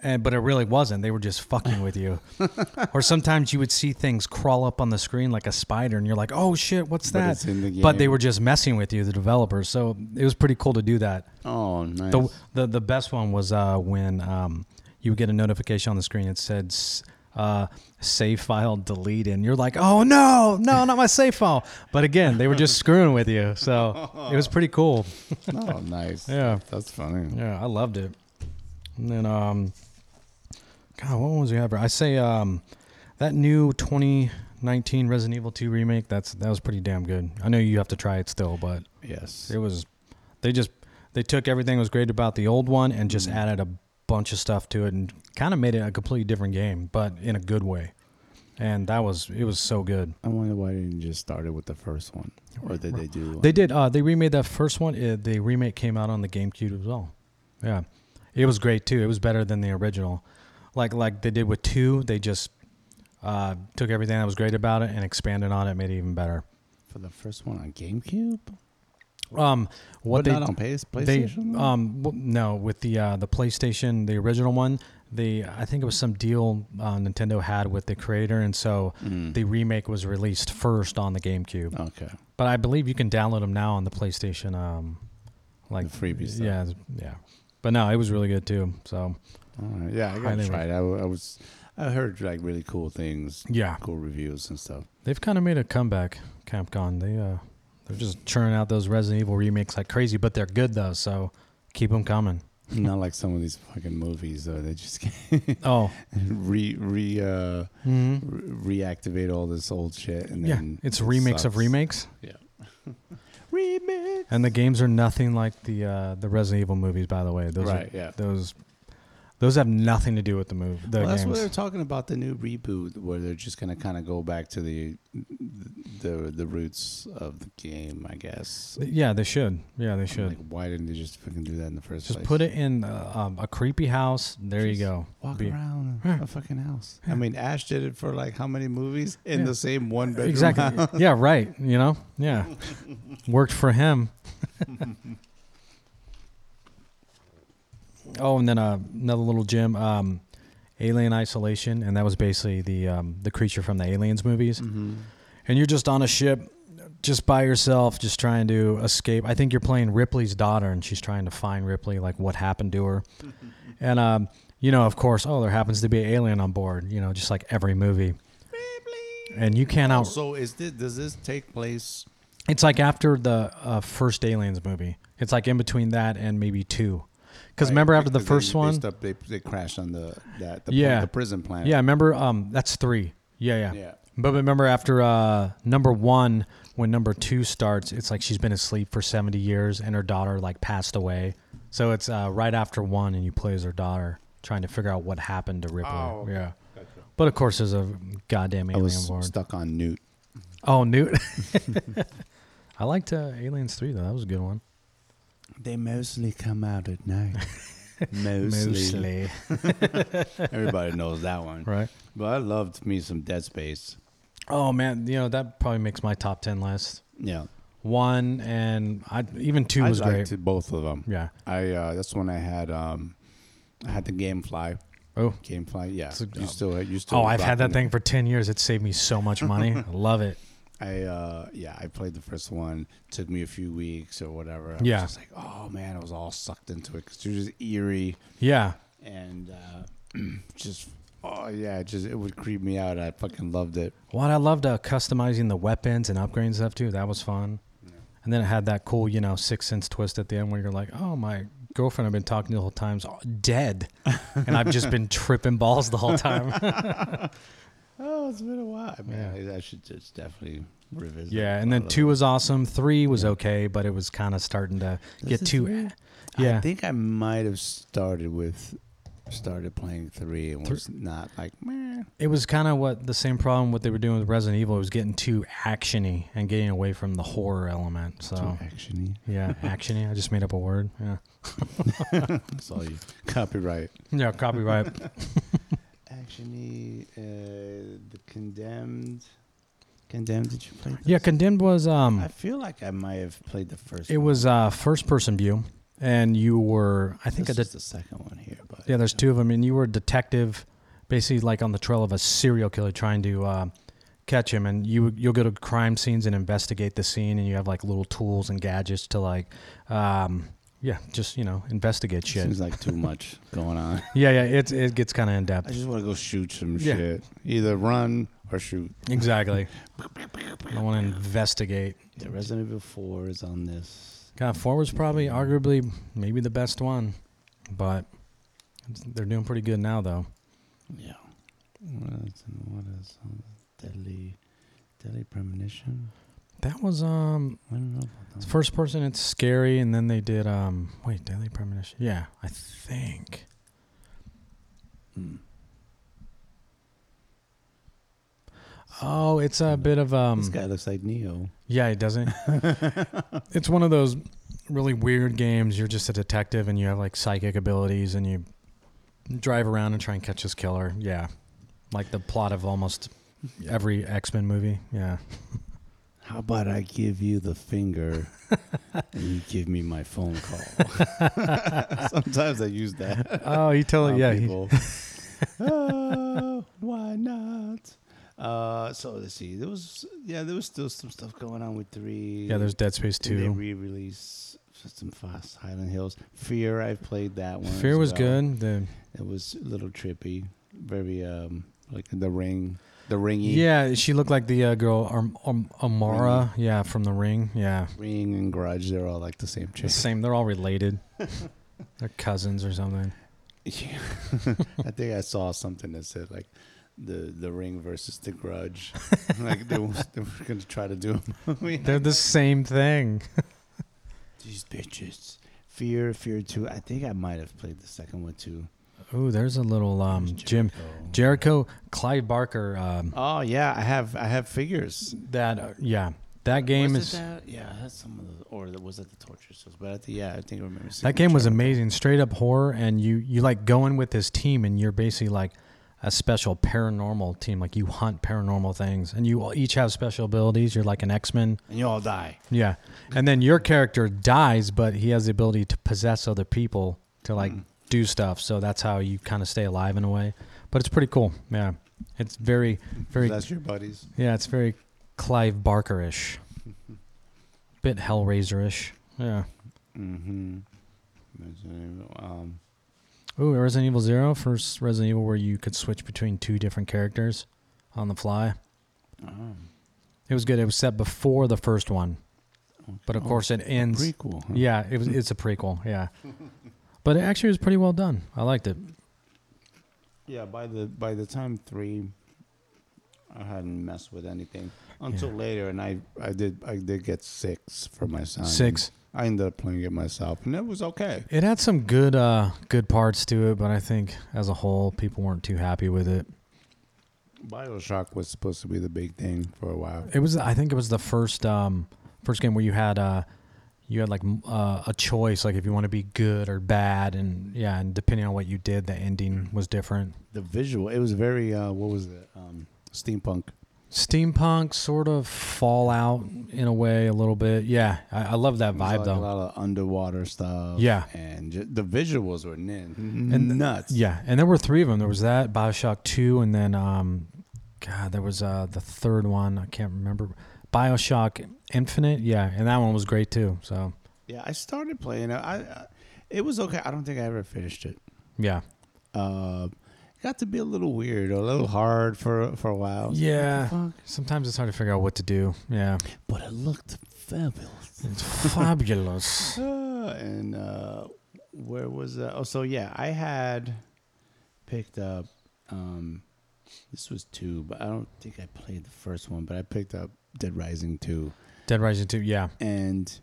B: And, but it really wasn't. They were just fucking with you. or sometimes you would see things crawl up on the screen like a spider, and you're like, "Oh shit, what's
A: But
B: that?"
A: it's in the
B: But they
A: game.
B: were just messing with you, the developers. So it was pretty cool to do that.
A: Oh, nice.
B: The the, the best one was uh, when um, you would get a notification on the screen. It said s- uh, save file deleted, and you're like, "Oh no, no, not my save file." But again, they
A: <laughs>
B: were just screwing with you. So it was pretty cool.
A: oh, nice.
B: <laughs> Yeah.
A: That's funny.
B: Yeah, I loved it. And then, um, God, what was the other? I say, um, that new 2019 Resident Evil 2 remake. That's that was pretty damn good. I know you have to try it still, but
A: Yes.
B: it was. They just they took everything that was great about the old one and just added a bunch of stuff to it and kind of made it a completely different game, but in a good way. And that was it was so good.
A: I wonder why they didn't just start it with the first one. Or did they do
B: They did. Uh, they remade that first one. It, the remake came out on the GameCube as well. Yeah, it was great too. It was better than the original. Like like they did with two, they just uh, took everything that was great about it and expanded on it, made it even better.
A: for the first one on GameCube?
B: Um, what
A: But
B: they
A: not on PS,
B: they
A: PlayStation? though?
B: um w- no with the uh, the PlayStation, the original one. They I think it was some deal uh, Nintendo had with the creator, and so the remake was released first on the GameCube.
A: Hmm. okay.
B: But I believe you can download them now on the PlayStation. Um, like
A: The freebie stuff.
B: Yeah, yeah. But no, it was really good too. So
A: All right. Yeah, I
B: Highly
A: gotta try it. I, w- I was, I heard like really cool things,
B: yeah,
A: cool reviews and
B: <laughs>
A: stuff.
B: they've kind of made a comeback. Capcom, they uh, they're just churning out those Resident Evil remakes like crazy, but they're good though. So keep them coming.
A: Not like some of these fucking movies though. They just
B: Oh,
A: <laughs> re re uh,
B: mhm.
A: re- reactivate all this old shit and
B: yeah,
A: then
B: it's
A: it
B: remakes of
A: sucks.
B: remakes,
A: Yeah. Remix.
B: and the games are nothing like the uh, the Resident Evil movies. By the way, those
A: Right,
B: are,
A: yeah.
B: those those have nothing to do with the movie. The
A: Well, that's what
B: games.
A: they're talking about the new reboot, where they're just gonna kind of go back to the the the roots of the game, I guess.
B: yeah, they should. Yeah, they should.
A: Like, why didn't they just fucking do that in the first
B: Just
A: place?
B: put it in uh, um, a creepy house. There you go.
A: Walk
B: Be-
A: around
B: Yeah.
A: a fucking house. I mean, Ash did it for like how many movies in
B: Yeah.
A: the same one bedroom
B: Exactly.
A: house?
B: <laughs> yeah, right. You know? Yeah. Worked for him. <laughs> oh, and then uh, another little gem um, Alien Isolation. And that was basically the, um, the creature from the Aliens movies.
A: Mm-hmm.
B: And you're just on a ship, just by yourself, just trying to escape. I think you're playing Ripley's daughter, and she's trying to find Ripley, like what happened to her. and, um, you know, of course, oh, there happens to be an alien on board, you know, just like every movie. And you can't out.
A: So is this does this take place?
B: It's like after the uh, first Aliens movie. It's like in between that and maybe two. Because remember after the
A: Because they-
B: first
A: they,
B: one,
A: stopped- they, they crashed on the that the, pla-
B: Yeah.
A: the prison planet.
B: yeah, remember um, that's three. Yeah, yeah.
A: Yeah.
B: But remember after uh, number one, when number two starts, it's like she's been asleep for seventy years and her daughter like passed away. So it's uh, right after one, and you play as her daughter trying to figure out what happened to Ripley.
A: Oh, okay.
B: Yeah. But of course, there's a goddamn
A: I
B: alien
A: was
B: board.
A: stuck on Newt. <laughs>
B: Oh, Newt. <laughs> I liked uh, Aliens three though. That was a good one.
A: They mostly come out at
B: <laughs>
A: night. mostly. Everybody knows that one.
B: right.
A: But I loved me some Dead Space.
B: Oh man, you know that probably makes my top ten list.
A: Yeah.
B: One and I even two was
A: I
B: great.
A: liked both of them.
B: Yeah.
A: I uh, that's when I had um I had the GameFly.
B: Oh.
A: GameFly, yeah.
B: It's a-
A: you still you still
B: Oh, I've had that
A: rocking it.
B: thing for ten years. It saved me so much money. I love it.
A: I uh yeah, I played the first one. Took me a few weeks or whatever. I
B: Yeah.
A: was just like, "Oh man, I was all sucked into it cuz it was just eerie
B: Yeah.
A: and uh <clears throat> just oh yeah, it just it would creep me out. I fucking loved it.
B: What I loved uh, customizing the weapons and upgrading stuff too. That was fun. And then it had that cool, you know, six sense twist at the end where you're like, "Oh, my girlfriend I've been talking to the whole time's dead, and I've just been tripping balls the whole time."
A: Oh, it's been a while, man. I, I should just definitely revisit.
B: Yeah,
A: a
B: and
A: lot
B: then
A: of
B: two was awesome. Three was okay, but it was kind of starting to get
A: is
B: too.
A: three?
B: Yeah,
A: I think I might have started with started playing three and was not like meh.
B: It was kind of what the same problem what they were doing with Resident Evil. It was getting too actiony and getting away from the horror element. So
A: Actually, <laughs>
B: yeah, actiony. I just made up a word. Yeah,
A: that's all you <laughs> copyright.
B: yeah, copyright.
A: Actiony, uh, the condemned. Condemned? Did you play? This?
B: <laughs> yeah, condemned was um.
A: I feel like I might have played the first.
B: It
A: one.
B: was uh, first person view, and you were I think
A: This
B: a
A: is
B: det
A: the second one here, but
B: yeah. There's two of them, and you were a detective, basically like on the trail of a serial killer trying to uh, catch him, and you you'll go to crime scenes and investigate the scene, and you have like little tools and gadgets to like, um, yeah, just you know investigate shit.
A: seems like too much <laughs> going
B: <laughs>
A: on.
B: Yeah, yeah, it it gets kind of in
A: I
B: depth.
A: just want to go shoot some
B: Yeah.
A: shit. Either run or shoot.
B: Exactly. I want to investigate.
A: Yeah, Resident Evil Four is on this.
B: God, four was probably arguably maybe the best one, but they're doing pretty good now though.
A: Yeah. What is, what is on deadly, deadly premonition?
B: That was um
A: I don't know about that.
B: It's First person, it's scary, and then they did um wait, Daily Premonition. Yeah, I think.
A: Hmm.
B: Oh, it's a bit of
A: this
B: um
A: guy looks like Neo.
B: yeah, it <laughs> doesn't. it's one of those really weird games. You're just a detective and you have like psychic abilities and you drive around and try and catch this killer. Yeah. Like the plot of almost every X-Men movie. Yeah.
A: How about I give you the finger
B: <laughs>
A: and you give me my phone call? Sometimes I use that.
B: <laughs> Oh, you tell
A: on
B: it. Yeah. he- <laughs>
A: people. oh, why not? Uh, so let's see. There was yeah, there was still some stuff going on with three.
B: yeah, there's Dead Space
A: Did They
B: 2.
A: re-release some Fast Silent Hills. Fear, I've played that one.
B: Fear
A: as
B: was
A: well.
B: good. The
A: It was a little trippy, very um like the ring, the ringy
B: Yeah, she looked like the uh, girl um, um, Amara. Yeah, from The Ring. Yeah,
A: ring and grudge. They're all like the same
B: the
A: chick.
B: same. They're all <laughs> related. They're cousins or <laughs> something.
A: <laughs> Yeah. I think I saw something that said like the the ring versus the
B: <laughs>
A: grudge. like they were, they were gonna try to do a movie.
B: They're the same thing.
A: These bitches. Fear, Fear Two. I think I might have played the second one too.
B: Ooh, there's a little um, Jim
A: Jericho.
B: Jericho, Clive Barker. Um,
A: Oh yeah, I have I have figures.
B: that uh, yeah, that game
A: was
B: is
A: it that? yeah, that's some of the or the- was it the torture cells? But I think, yeah, I think I remember. seeing
B: that game was
A: Jericho.
B: amazing. Straight up horror, and you you like going with his team, and you're basically like a special paranormal team. Like you hunt paranormal things, and you all each have special abilities. You're like an X Men.
A: And you all die.
B: Yeah. And then your character dies, but he has the ability to possess other people to like do stuff. So that's how you kind of stay alive in a way. But it's pretty cool. Yeah. It's very, very,
A: That's your buddies.
B: yeah, it's very Clive Barker
A: <laughs>
B: ish. Bit Hellraiser ish. Yeah.
A: Mm-hmm. Um,
B: Ooh, Resident Evil Zero, first Resident Evil where you could switch between two different characters on the fly. um,
A: oh,
B: It was good. It was set before the first one. But of
A: Oh,
B: course, it ends.
A: prequel. Huh?
B: Yeah, it was. It's a prequel. Yeah,
A: <laughs>
B: but it actually was pretty well done. I liked it.
A: Yeah, by the by the time three, I hadn't messed with anything until
B: Yeah.
A: later, and I I did I did get six for my son.
B: Six.
A: I ended up playing it myself, and it was okay.
B: It had some good, uh, good parts to it, but I think as a whole, people weren't too happy with it.
A: Bioshock was supposed to be the big thing for a while.
B: It was. I think it was the first, um, first game where you had, uh, you had like m- uh, a choice, like if you want to be good or bad, and yeah, and depending on what you did, the
A: Mm-hmm.
B: ending was different.
A: The visual, it was very uh, what was it? Um, steampunk.
B: Steampunk, sort of Fallout in a way, a little bit. Yeah, I, I love that
A: It was
B: vibe
A: like
B: though.
A: A lot of uh, underwater stuff.
B: Yeah.
A: and ju- the visuals were nin-
B: And-
A: nuts.
B: Yeah, and there were three of them. There was that Bioshock Two, and then um, God, there was uh the third one. I can't remember. Bioshock Infinite, yeah, and that one was great too. So
A: yeah. I started playing it. I, I, it was okay. I don't think I ever finished it.
B: yeah,
A: Uh, it got to be a little weird, a little hard for for a while.
B: yeah.
A: Fuck.
B: Sometimes it's hard to figure out what to do. Yeah,
A: But it looked fabulous.
B: it's fabulous.
A: Uh, and uh, where was that? Oh, so yeah, I had picked up. Um, this was two, but I don't think I played the first one. But I picked up Dead Rising two,
B: <laughs> Dead Rising Two, yeah,
A: and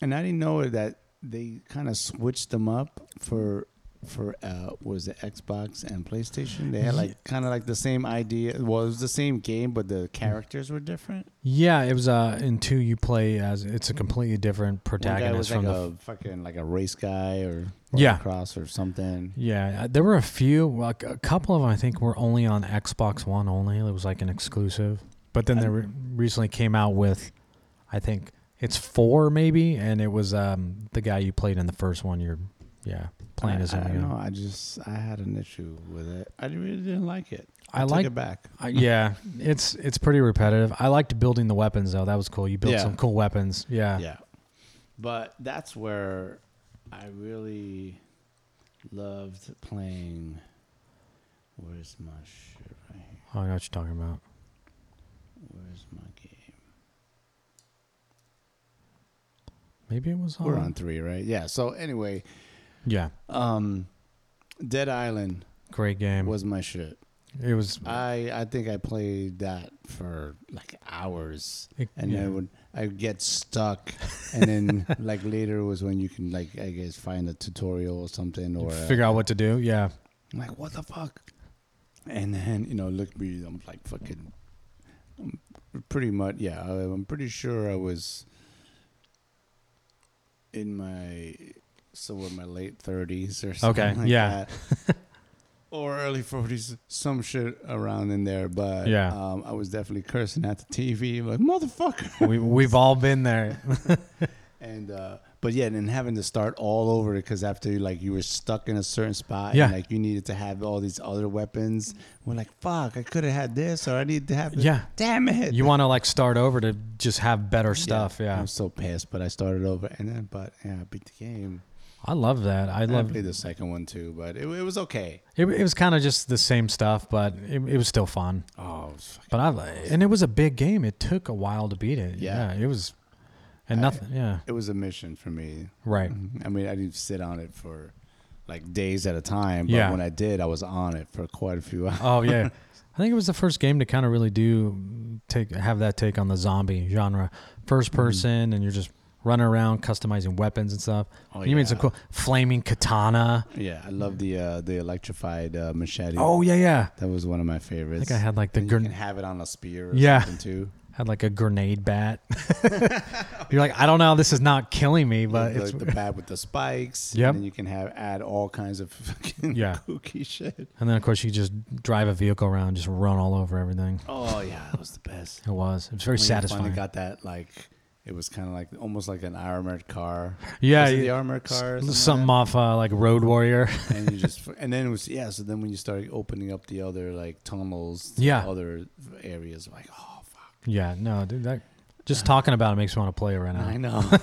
A: and I didn't know that they kind of switched them up for for uh, was the Xbox and PlayStation. They had like kind of like the same idea. Well, it was the same game, but the characters were different.
B: Yeah, it was uh in two you play as it's a completely
A: One
B: different
A: guy
B: protagonist
A: was
B: from
A: like
B: the
A: a fucking like a race guy or, or
B: Yeah.
A: cross or something.
B: Yeah, uh, there were a few. Like a couple of them, I think, were only on Xbox One only. It was like an exclusive. But then they re- recently came out with, I think it's four maybe, and it was um the guy you played in the first one. You're, yeah, playing
A: I,
B: as uh,
A: I
B: him.
A: don't
B: yeah.
A: know. I just I had an issue with it. I really didn't like it.
B: I
A: took
B: like-
A: it back.
B: I, yeah, it's it's pretty repetitive. I liked building the weapons though. That was cool. You built
A: Yeah.
B: some cool weapons. Yeah.
A: yeah but that's where i really loved playing where's my shit right here
B: Oh, I know what you're talking about.
A: where's my game
B: Maybe it was on.
A: we're on three right yeah so anyway
B: Yeah,
A: um dead island
B: great game.
A: was my shit
B: it was.
A: i i think i played that for like hours
B: it-
A: and
B: yeah.
A: i would i would get stuck and
B: <laughs>
A: then like later was when you can like i guess find a tutorial or something or uh,
B: figure out what to
A: <laughs>
B: do. Yeah.
A: I'm like, what the fuck? And then, you know, look at me, I'm like fucking I'm pretty much yeah, I- I'm pretty sure I was in my somewhere in my late thirties or something.
B: Okay,
A: like
B: yeah. <laughs>
A: that. or early forties, some shit around in there. But
B: Yeah.
A: um, I was definitely cursing at the TV, like, motherfucker.
B: we, we've all been there.
A: And uh, but yeah, and then having to start all over because after like you were stuck in a certain spot,
B: Yeah.
A: and, like you needed to have all these other weapons. We're like, fuck, I could have had this, or I need to have. This.
B: Yeah.
A: damn it.
B: You want to like start over to just have better stuff. Yeah.
A: I'm so pissed, but I started over, and then but yeah, I beat the game.
B: I love that. I
A: And I
B: love it.
A: played the second one too, but it, it was okay.
B: It was kind of just the same stuff, but it, it was still fun.
A: Oh, it was fucking-
B: But I li- and it was a big game. It took a while to beat it.
A: Yeah.
B: it was, and nothing. yeah,
A: it was a mission for me.
B: right.
A: I mean, I didn't sit on it for like days at a time, but
B: Yeah.
A: when I did, I was on it for quite a few <laughs> hours.
B: Oh yeah, <laughs> I think it was the first game to kind of really do take have that take on the zombie genre, first
A: Mm-hmm.
B: person, and you're just running around customizing weapons and stuff.
A: Oh,
B: you made some
A: yeah.
B: cool flaming katana.
A: Yeah, I love the uh, the electrified uh, machete.
B: Oh yeah, yeah.
A: That was one of my favorites.
B: I think I had like the
A: And you
B: gurn-
A: can have it on a spear. Or
B: Yeah.
A: something, too.
B: had like a
A: <laughs>
B: grenade bat. <laughs> You're like, I don't know, this is not killing me, but
A: But the,
B: it's
A: the bat with the spikes.
B: Yep.
A: And then you can have add all kinds of <laughs> fucking
B: Yeah.
A: kooky shit.
B: and then of course you just drive a vehicle around, just run all over everything.
A: Oh yeah, that was the best.
B: It was. It was very
A: When you
B: satisfying.
A: Finally got that like. It was kind of like almost like an armored car.
B: Yeah,
A: Was it
B: you-
A: the armored car. or
B: Something,
A: something like
B: off uh, like Road Warrior. <laughs>
A: that? and you just and then it was yeah. So then when you start opening up the other like tunnels, to
B: Yeah.
A: other areas like oh fuck,
B: yeah, no, dude, that just talking about it makes me want to play it right
A: I
B: now.
A: know. <laughs> I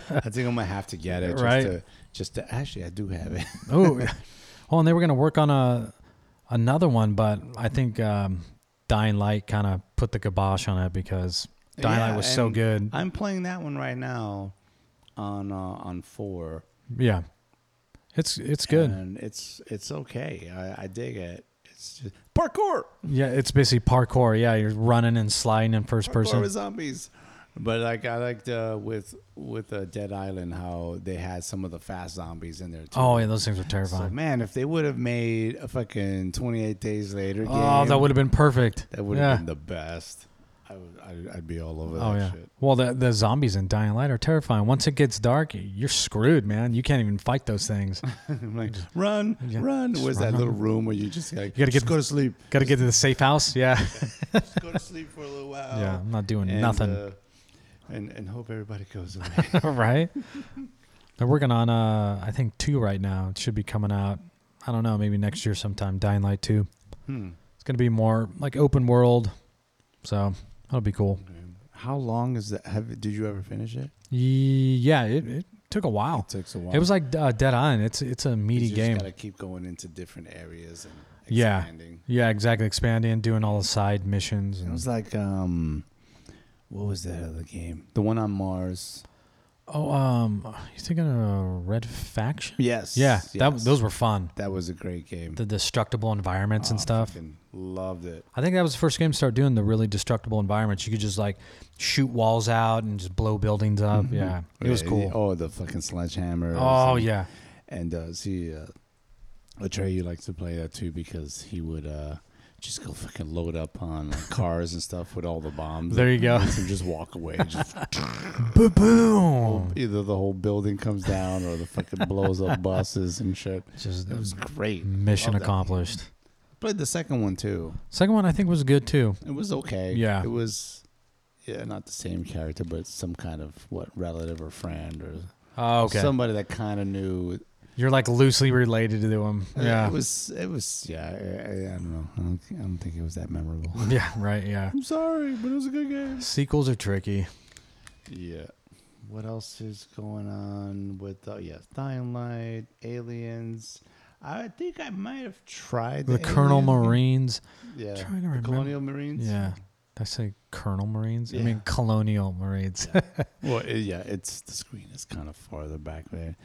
A: think I'm gonna have to get
B: <laughs>
A: it just
B: Uh-huh. Right.
A: to just to actually I do have it. <laughs>
B: Oh, well, and they were gonna work on a another one, but I think um, Dying Light kind of put the kibosh on it because Dying
A: Yeah,
B: Light was so
A: and
B: good.
A: I'm playing that one right now on uh, on four.
B: yeah, it's it's good.
A: And it's it's okay. I, I dig it. It's just, parkour.
B: Yeah, it's basically parkour. Yeah, you're running and sliding in first
A: Parkour
B: person.
A: with zombies. But like I liked uh, with with uh, Dead Island how they had some of the fast zombies in there too.
B: oh yeah, those things are
A: so,
B: terrifying.
A: man, if they would have made a fucking 28 Days Later game,
B: oh, that would have been perfect.
A: that would
B: yeah.
A: have been the best. I would, I'd, I'd be all over
B: Oh
A: that
B: yeah.
A: shit.
B: Well, the the zombies in Dying Light are terrifying. Once it gets dark, you're screwed, man. You can't even fight
A: <laughs>
B: those things.
A: I'm like, run,
B: Yeah,
A: run.
B: just
A: Where's
B: run
A: that
B: on.
A: little room where you just like
B: You gotta
A: just
B: get-
A: go to sleep.
B: Got to get to the safe house. Yeah. <laughs>
A: Just go to sleep for a little while.
B: yeah. I'm not doing
A: Oh. And,
B: nothing.
A: uh, and and hope everybody goes
B: <laughs>
A: away.
B: right. They're working on uh, I think two right now. It should be coming out. I don't know, maybe next year sometime. Dying Light two.
A: hmm.
B: It's gonna be more like open world, so that'll be cool.
A: How long is that? Have did you ever finish it?
B: Yeah, it, it took a while.
A: It takes a while.
B: It was like uh, Dead Island. It's it's a
A: You
B: meaty
A: just
B: game.
A: Gotta keep going into different areas and
B: Yeah. Mm-hmm.
A: expanding.
B: yeah, exactly. Expanding, doing all the side missions.
A: It
B: And,
A: was like um, what was that other game? The one on Mars.
B: oh, um, you thinking of Red Faction?
A: Yes.
B: Yeah, that
A: yes.
B: those were fun.
A: That was a great game.
B: The destructible environments and
A: Oh,
B: stuff.
A: fucking Loved it.
B: I think that was the first game to start doing the really destructible environments. You could just like shoot walls out and just blow buildings up.
A: Mm-hmm.
B: Yeah, it was
A: Yeah,
B: cool.
A: Oh, the fucking sledgehammer.
B: Oh yeah,
A: and uh, see, uh, Atreyu likes to play that too because he would uh, just go fucking load up on like, cars and stuff with all the bombs.
B: There you go.
A: <laughs> And just walk away.
B: <laughs>
A: Just
B: Boom, boom.
A: either the whole building comes down or the fucking blows up buses and shit.
B: Just
A: It was great.
B: mission
A: Love that.
B: accomplished.
A: Played the second one too.
B: Second one I think was good too.
A: It was okay.
B: Yeah.
A: It was yeah, not the same character, but some kind of what relative or friend or
B: Oh, okay.
A: somebody that kind of knew.
B: You're like loosely related to him. Yeah.
A: It was. It was. Yeah. I, I, I don't know. I don't, I don't think it was that memorable.
B: <laughs> yeah. Right. Yeah.
A: <laughs> I'm sorry, but it was a good game.
B: Sequels are tricky.
A: Yeah. What else is going on with the yeah, Dying Light, Aliens? I think I might have tried
B: The Colonel
A: Alien-
B: Marines.
A: Yeah.
B: Trying to
A: the
B: remember.
A: Colonial Marines.
B: Yeah. Did I say Colonel Marines? I
A: Yeah.
B: mean Colonial Marines. <laughs>
A: Well, it, yeah, it's the screen is kind of farther back there.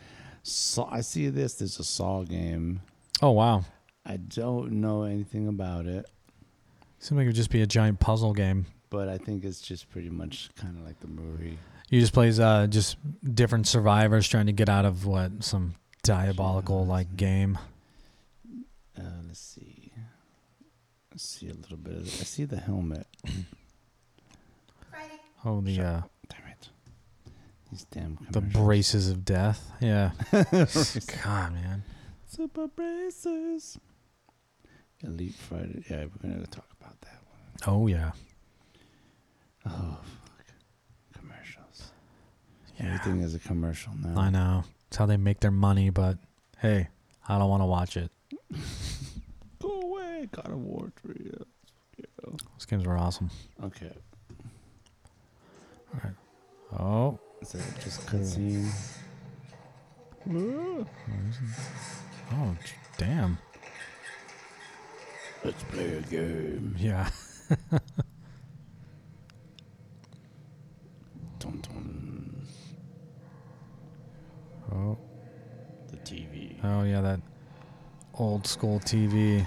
A: So I see this. There's a Saw game.
B: oh wow.
A: I don't know anything about it,
B: Seems like it would just be a giant puzzle game.
A: but I think it's just pretty much kind of like the movie.
B: You just plays uh just different survivors trying to get out of what some diabolical like game.
A: Uh, let's see. Let's see a little bit. Of I see the helmet.
B: Oh the uh
A: Damn it! These damn
B: the
A: commercials.
B: braces of death.
A: <laughs>
B: Yeah. <laughs> God man.
A: super braces. Elite Fighter. Yeah, we're gonna talk about that one.
B: Oh yeah.
A: Oh fuck! Commercials.
B: Yeah.
A: Everything is a commercial now.
B: I know. It's how they make their money, but hey, I don't want to watch it.
A: Go away, God of War 3. Yeah.
B: Those games were awesome.
A: Okay.
B: Oh,
A: So just cutscene.
B: oh, j- damn.
A: Let's play a game.
B: Yeah.
A: Dun, dun.
B: Oh,
A: The TV.
B: oh yeah, that old school TV.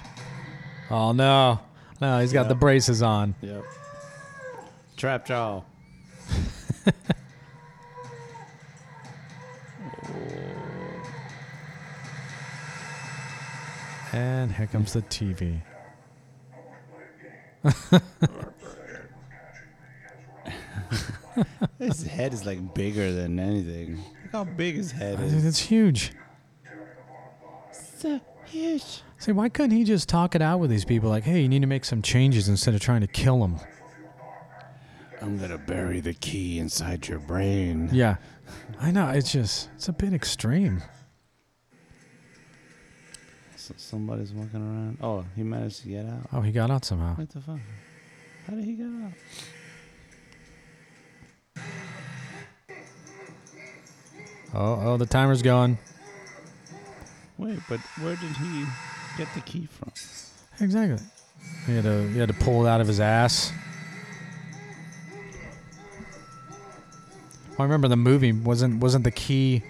B: Oh no, no, he's got the
A: Yeah.
B: braces on.
A: Yep. Trap jaw.
B: And here comes the TV.
A: His head is like bigger than anything. Look how big his head
B: Dude,
A: is.
B: it's huge.
A: So huge.
B: See, why couldn't he just talk it out with these people? Like, hey, you need to make some changes instead of trying to kill them.
A: I'm gonna bury the key inside your brain.
B: Yeah, I know. It's just, it's a bit extreme.
A: So somebody's walking around. Oh, he managed to get out.
B: Oh, he got out somehow.
A: What the fuck? How did he get out?
B: Oh, oh, the timer's going.
A: Wait, but where did he get the key from?
B: Exactly. He had to he had to pull it out of his ass. I remember the movie wasn't wasn't the key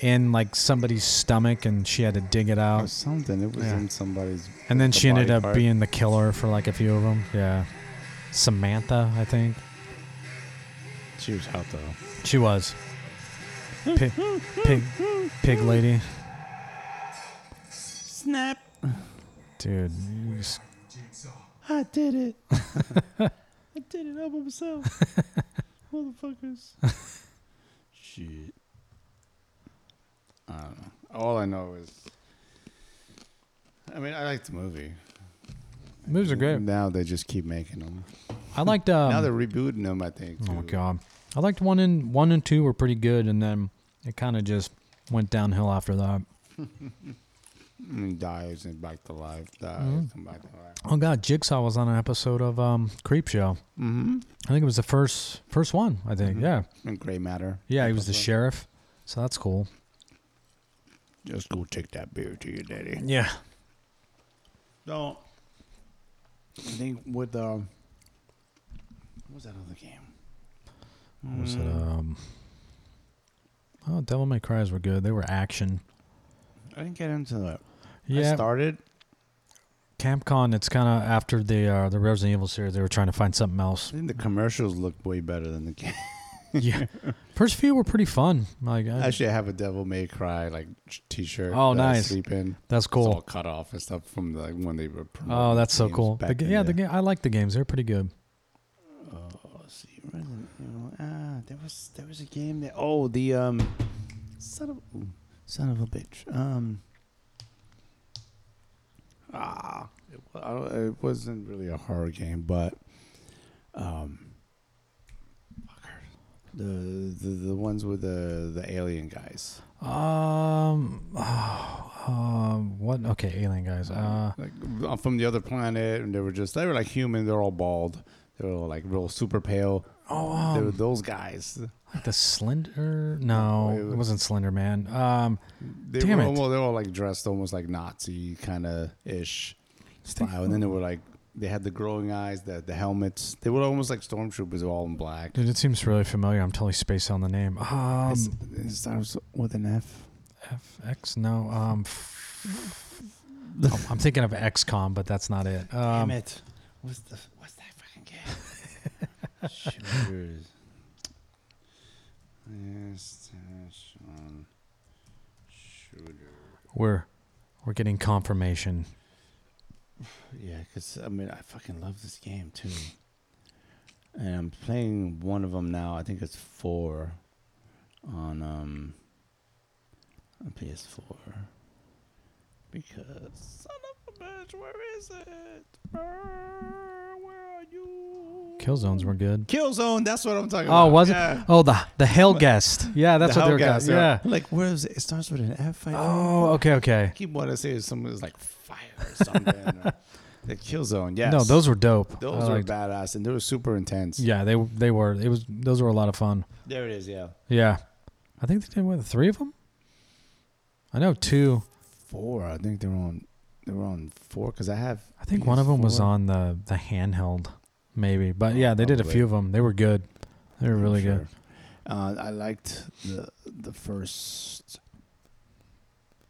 B: in like somebody's stomach and she had to dig it
A: Or
B: out.
A: something. It was
B: Oh. Yeah.
A: in somebody's.
B: And then
A: the
B: she ended
A: body
B: up
A: part.
B: being the killer for like a few of them. Yeah. Samantha, I think.
A: She was hot though.
B: She was. Pig pig pig lady.
A: Snap!
B: Dude, you just-
A: I did it. <laughs> I did it all by <laughs> myself. Motherfuckers. Shit. I don't know. All I know is. I mean, I liked the movie.
B: moves are great.
A: Now they just keep making them.
B: I liked
A: now
B: um,
A: they're rebooting them, I think.
B: Oh my
A: too.
B: god, I liked one and one and two were pretty good, and then it kind of just went downhill after that.
A: And he Mm, dies and back to life. Dies
B: Mhm.
A: and back to life.
B: Oh god, Jigsaw was on an episode of um, Creep Show.
A: Mm-hmm.
B: I think it was the first first one. I think
A: Mhm.
B: yeah,
A: And gray matter.
B: yeah, he was the
A: Episode.
B: sheriff, so that's cool.
A: Just go take that beer to your daddy.
B: Yeah,
A: No. I think with um, what was that other game?
B: What was it? Um, oh, Devil May Cries were good. They were action.
A: I didn't get into that. I
B: Yeah,
A: started.
B: Campcon. It's kind of after the uh, the Resident Evil series. They were trying to find something else.
A: I think the commercials looked way better than the game. <laughs>
B: yeah. <laughs> First few were pretty fun. Like I,
A: Actually, I have a Devil May Cry like sh- T-shirt.
B: Oh,
A: that I
B: nice.
A: sleep in.
B: that's
A: It's all
B: cool.
A: cut off and stuff from the, like when they were.
B: Oh,
A: promoting
B: that's so
A: games
B: cool. The
A: back
B: ga-
A: in
B: yeah, the game. I like the games. They're pretty good.
A: Let's see, Resident Evil. Ah, there was there was a game that. Oh, the um, son of ooh, son of a bitch. Um. Ah, it, wa- I don't- it wasn't really a horror game, but um, fucker. the the the ones with the the alien guys.
B: Um, <sighs> um, what? Okay, alien guys. Uh,
A: like uh, from the other planet, and they were just they were like human. They're all bald. They were like real super pale.
B: oh,
A: they
B: um,
A: were those guys.
B: like the Slender? No,
A: Wait,
B: it
A: what-
B: wasn't Slender Man. Um,
A: They
B: damn
A: were
B: it.
A: Almost, they were all like dressed almost like Nazi kind of ish style, and then they were like they had the glowing eyes, the the helmets. They were almost like stormtroopers, all in black.
B: dude, it seems really familiar. I'm totally spaced on the name. Um,
A: It's- it starts with an F.
B: FX? No. Um, f- oh, I'm thinking of XCOM, but that's not it. Um,
A: it! What's the what's that fucking game?
B: <laughs>
A: Shooters. Yes, that's on shooter.
B: We're we're getting confirmation.
A: Yeah, because I mean, I fucking love this game too. And I'm playing one of them now. I think it's four on um on PS4 because son of a bitch, where is it? Arr, Where are you?
B: Kill zones were good.
A: Killzone. That's what I'm talking about.
B: Oh, was it?
A: Yeah.
B: Oh, the
A: <laughs>
B: the Hell Guest. Yeah, that's
A: The
B: what they were.
A: Hellcats,
B: Guys, yeah.
A: Like where is it? It starts with an F. I think.
B: Oh, okay, okay.
A: I keep wanting to say it's something that's like fire or something.
B: <laughs>
A: or, the Killzone. Yes.
B: No, those were dope.
A: Those
B: I
A: were
B: liked-
A: badass, and they were super intense.
B: Yeah, they they were. It was those were a lot of fun.
A: There it is. Yeah,
B: Yeah, I think they did what three of them. I know two.
A: four. I think they were on. They were on four because I have.
B: I think one of them was
A: PS4.
B: on the the handheld, maybe. But yeah, they did
A: Oh,
B: a
A: Probably.
B: few of them. They were good. They were
A: I'm
B: really
A: sure.
B: good.
A: Uh, I liked the the first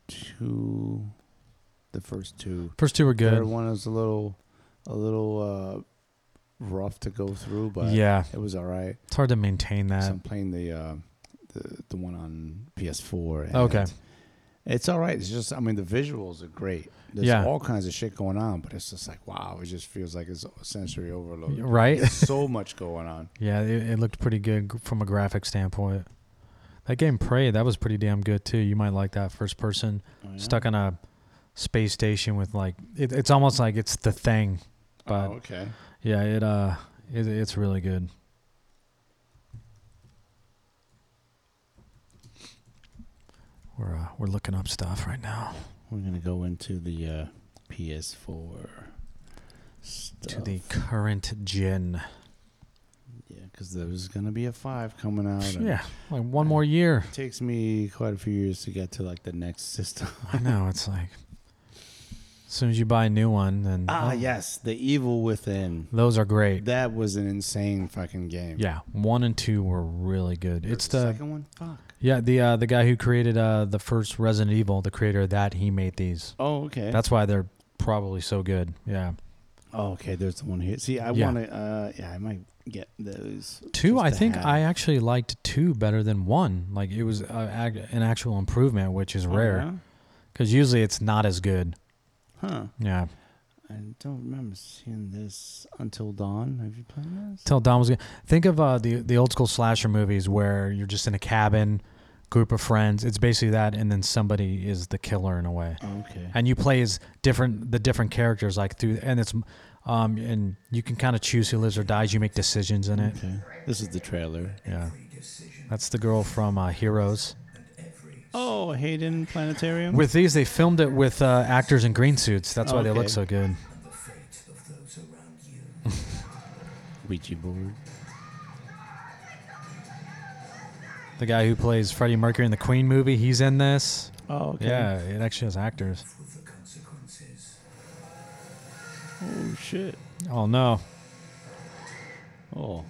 A: two. The first two.
B: First two were
A: Third
B: good.
A: one was a little, a little uh, rough to go through, but
B: yeah,
A: it was all right.
B: it's hard to maintain that.
A: so I'm playing the uh, the the one on PS4. and
B: Okay.
A: It's all right. It's just, I mean, the visuals are great. There's
B: Yeah.
A: all kinds of shit going on, but it's just like, wow, it just feels like it's sensory overload.
B: Right?
A: There's so much going <laughs> on.
B: Yeah, it, it looked pretty good g- from a graphic standpoint. That game Prey, that was pretty damn good too. You might like that first person stuck on a space station with like it, it's almost like it's the thing. But
A: Oh, okay.
B: yeah, it uh it, it's really good. We're uh, we're looking up stuff right now
A: We're going to go into the uh, PS4 stuff.
B: to the current gen.
A: yeah, because there's going to be a 5 coming out. and
B: Yeah, like one more year.
A: It takes me quite a few years to get to like the next system.
B: I know it's like as soon as you buy a new one, then
A: ah,
B: oh,
A: yes. The Evil Within.
B: those are great.
A: That was an insane fucking game.
B: Yeah, one and two were really good.
A: Or
B: It's the
A: second one? Fuck.
B: yeah the uh, the guy who created uh, the first Resident Evil, the creator of that, he made these.
A: Oh, okay.
B: That's why they're probably so good. Yeah,
A: Oh, okay. There's the one here. See, I
B: Yeah.
A: want to. Uh, yeah, I might get those.
B: two.
A: just
B: I
A: to
B: think
A: have.
B: I actually liked two better than one. Like it was uh, ac- an actual improvement, which is
A: Oh,
B: rare because usually it's not as good.
A: yeah? Huh.
B: Yeah,
A: I don't remember seeing this until dawn. Have you played this?
B: Till Dawn was good. Think of uh, the the old school slasher movies where you're just in a cabin, group of friends. It's basically that, and then somebody is the killer in a way.
A: Oh, okay.
B: and you play as different the different characters like through and it's um and you can kind of choose who lives or dies you make decisions in it
A: okay. This is the trailer.
B: yeah that's the girl from uh, heroes
A: Oh, Hayden Planetarium.
B: with these they filmed it with uh, actors in green suits that's why they
A: Okay.
B: look so good
A: Ouija board.
B: the guy who plays freddie mercury in the queen movie he's in this
A: Oh, okay.
B: yeah it actually has actors
A: Oh shit.
B: oh no
A: Oh.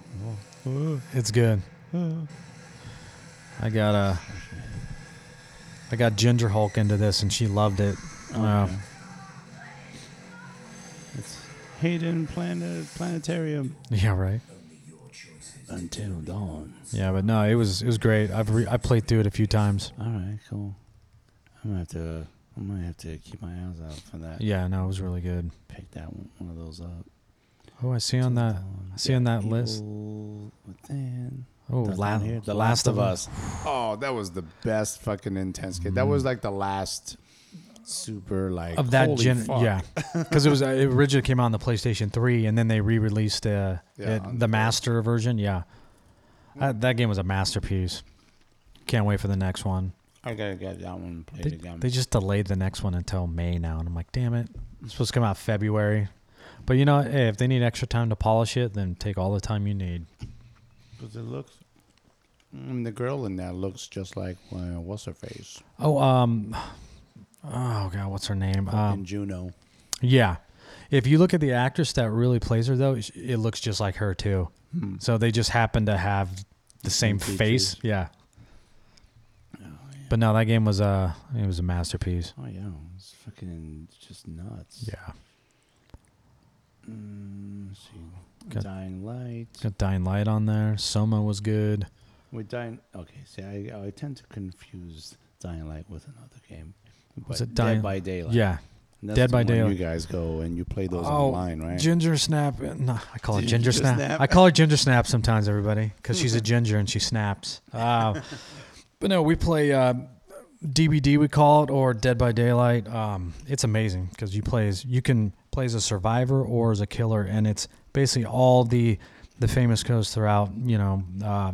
B: it's good i got uh i got ginger hulk into this and she loved it
A: Oh,
B: Uh,
A: Okay. It's Hayden Planet Planetarium.
B: <laughs> yeah right
C: Only your choices
A: Until dawn.
B: Yeah, but no, it was it was great. I've re- I played through it a few times.
A: All right, cool. I'm gonna have to. I'm gonna have to keep my eyes out for that.
B: Yeah, no, it was really good.
A: Pick that one, one of those up.
B: Oh, I see on that. I see on that list.
A: Evil Within.
B: Oh,
A: Down
B: la-
A: here, The
B: Last
A: Last of
B: of
A: Us. Oh, that was the best fucking intense game. That was
B: Mm.
A: like the last super like
B: of that
A: holy
B: gen.
A: fuck. <laughs>
B: Yeah, because it was uh, it originally came out on the PlayStation 3, and then they re-released uh,
A: Yeah,
B: it-
A: on
B: the master version. Yeah, Uh, that game was a masterpiece. Can't wait for the next one.
A: I gotta get that one played
B: They,
A: again.
B: they just delayed the next one until May now, and I'm like, damn it, it's supposed to come out February. But you know, hey, if they need extra time to polish it, then take all the time you need.
A: Cause it looks. Mm, the girl in that looks just like uh, what's her face
B: Oh, um, <sighs> oh god, what's her name? Um,
A: in Juno.
B: Yeah. If you look at the actress that really plays her, though, sh- it looks just like her too. So they just happen to have the same
A: Hmm. Same
B: face.
A: features.
B: Yeah. But no, that game was a it was a masterpiece.
A: Oh yeah, it's fucking just nuts.
B: Yeah.
A: Mm, let's see.
B: Got-
A: Dying Light.
B: Got Dying Light on there. Soma was good.
A: With Dying, okay. See, I, I tend to confuse Dying Light with another game.
B: Was
A: But
B: it Dying-
A: Dead by Daylight?
B: Yeah.
A: And that's
B: Dead
A: the
B: by
A: one
B: Daylight. Oh,
A: You guys go and you play those online, right?
B: Ginger Snap. No, I call it Ginger
A: Ginger
B: Snap.
A: Snap.
B: I call her Ginger Snap sometimes, everybody, because <laughs> she's a ginger and she snaps. Uh, <laughs> but no, we play uh, DBD, we call it, or Dead by Daylight. Um, it's amazing because you play as you can play as a survivor or as a killer, and it's basically all the the famous goes throughout. You know, uh,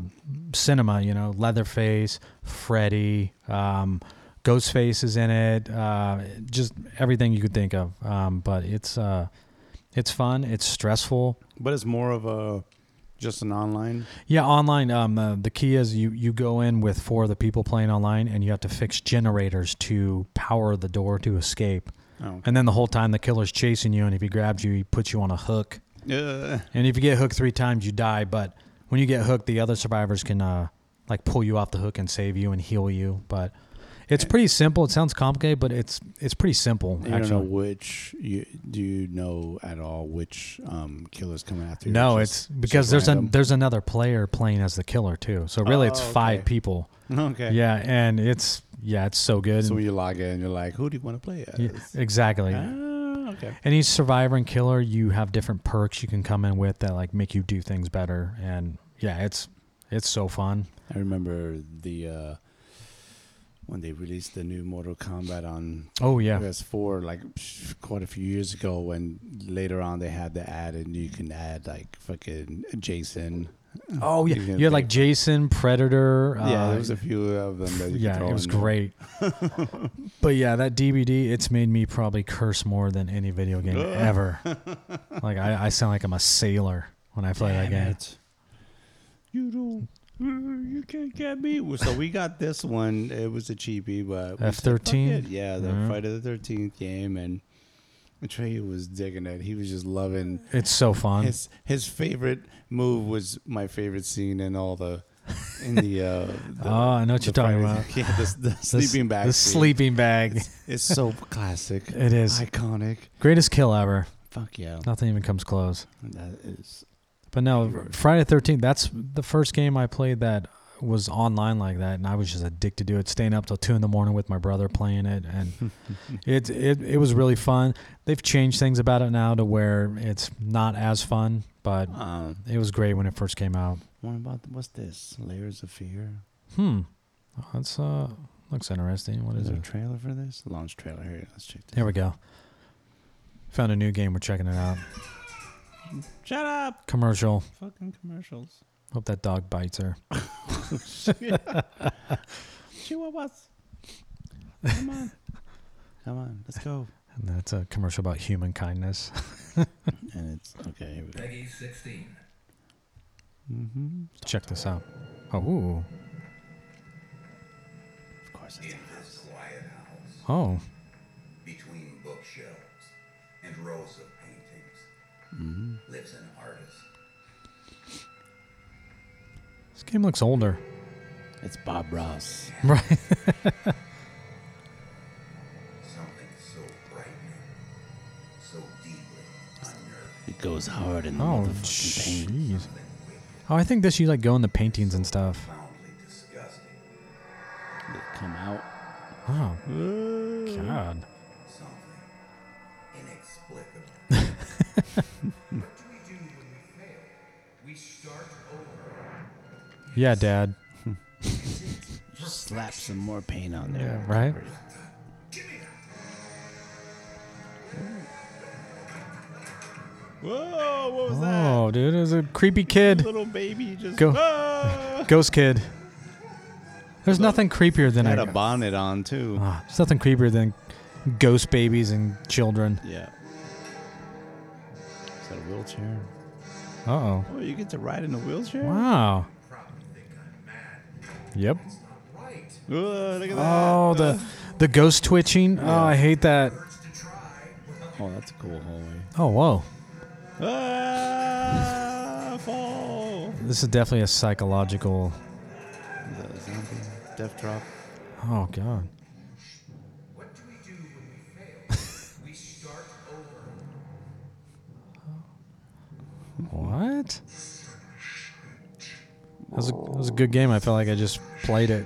B: cinema. You know, Leatherface, Freddy. Um, Ghostface is in it, uh, just everything you could think of. Um, but it's uh, it's fun. It's stressful.
A: But it's more of a just an online.
B: Yeah, online. Um, uh, the key is you you go in with four of the people playing online, and you have to fix generators to power the door to escape.
A: Oh.
B: And then the whole time the killer's chasing you, and if he grabs you, he puts you on a hook.
A: Uh,
B: And if you get hooked three times, you die. But when you get hooked, the other survivors can uh, like pull you off the hook and save you and heal you. But it's pretty simple. It sounds complicated, but it's it's pretty simple.
A: you don't know
B: actually.
A: which. You, do you know at all which um, killer's coming after you?
B: No,
A: Just-
B: it's because
A: just
B: there's an
A: random?
B: there's another player playing as the killer too. So really, it's
A: Oh,
B: five
A: okay.
B: people.
A: <laughs> okay.
B: Yeah, and it's yeah, it's so good.
A: So when you log in, you're like, who do you want to play as?
B: Yeah, exactly.
A: Ah, okay.
B: And each survivor and killer, you have different perks you can come in with that like make you do things better. And yeah, it's it's so fun.
A: I remember the uh, when they released the new Mortal Kombat on
B: Oh yeah,
A: PS4 like psh, quite a few years ago when later on they had the ad and you can add like fucking Jason.
B: oh yeah.
A: You can
B: You had like
A: pick-
B: Jason, Predator.
A: yeah,
B: uh,
A: there was a few of them that you could
B: yeah,
A: throw
B: it was
A: in there. <laughs>
B: great. but yeah, that DVD, it's made me probably curse more than any video
A: <laughs>
B: game ever. Like I, I sound like I'm a sailor when I play that
A: Damn
B: game.
A: it. You don't. uh, You can't get me. Well, So we got this one. It was a cheapie, but we said,
B: F13?
A: "Fuck it." Yeah, the
B: Yeah.
A: Friday the Thirteenth game, and Trey was digging it. He was just loving
B: It's so fun.
A: his his favorite move was my favorite scene in all the in the. Uh,
B: <laughs>
A: the
B: oh, I know what
A: the
B: you're talking
A: Friday- <laughs>
B: about.
A: Yeah, the, the
B: The s-
A: sleeping bag.
B: The
A: scene.
B: sleeping bag.
A: <laughs> It's so classic.
B: <laughs> It is. Uh,
A: iconic.
B: Greatest kill ever.
A: Fuck yeah,
B: Nothing even comes close.
A: that is.
B: But no, Friday Thirteenth. That's the first game I played that was online like that, and I was just addicted to it. Staying up till two in the morning with my brother playing it,
A: <laughs>
B: and it it it was really fun. They've changed things about it now to where it's not as fun, but
A: Um,
B: it was great when it first came out.
A: what about what's this? Layers of Fear.
B: Hmm, that's uh looks interesting. What
A: Is
B: is
A: there a
B: it?
A: trailer for this? Launch trailer here. Let's check this.
B: Here we go. Found a new game. We're checking it out.
A: Shut up!
B: Commercial.
A: Fucking commercials.
B: <laughs>
A: <laughs>
B: Hope that dog bites her.
A: Chihuahuas. Come on. Come on. Let's go.
B: And that's a commercial about human kindness. <laughs>
A: And it's okay. Here we go.
C: Peggy 16.
A: Mm-hmm.
B: Check this out. Oh, ooh.
A: Of course
C: In
A: it's.
C: this quiet house,
B: oh.
C: between bookshelves and rows of paintings, lives an artist.
B: This game looks older.
A: It's Bob Ross.
B: Right.
C: Something so frightening, so deeply unnerving.
A: It goes hard in the
B: Oh,
A: motherfucking pain.
B: jeez. Oh, I think this you like go in the paintings and stuff.
C: Profoundly disgusting.
A: They come out.
B: Oh
A: Uh,
B: God.
C: Something inexplicable. what do we do when we fail? We start over.
B: Yeah, Dad.
A: just slap some more paint on there.
B: Yeah, right.
C: Give me that.
A: Whoa, what was that?
B: Oh, dude, it was a creepy kid,
A: Little baby just
B: Oh. Go.
A: Ah!
B: ghost kid. There's nothing creepier than
A: had
B: a,
A: a bonnet on too.
B: Ah, there's nothing creepier than ghost babies and children.
A: Yeah. Is that a wheelchair?
B: Uh oh.
A: Oh, you get to ride in a wheelchair?
B: Wow.
C: Probably think I'm mad.
B: Yep.
C: It's not right.
A: Whoa, look at that.
B: Oh, the the ghost twitching. Oh, I hate that.
C: Hurts to try. Well,
A: Oh, that's a cool hallway.
B: Oh, whoa.
A: Ah, fall.
B: This is definitely a psychological.
A: Is that a zombie? Death drop.
B: Oh God.
C: what do we do when we fail? we start over.
B: <laughs> What? That was, a, that was a good game. I felt like I just played it.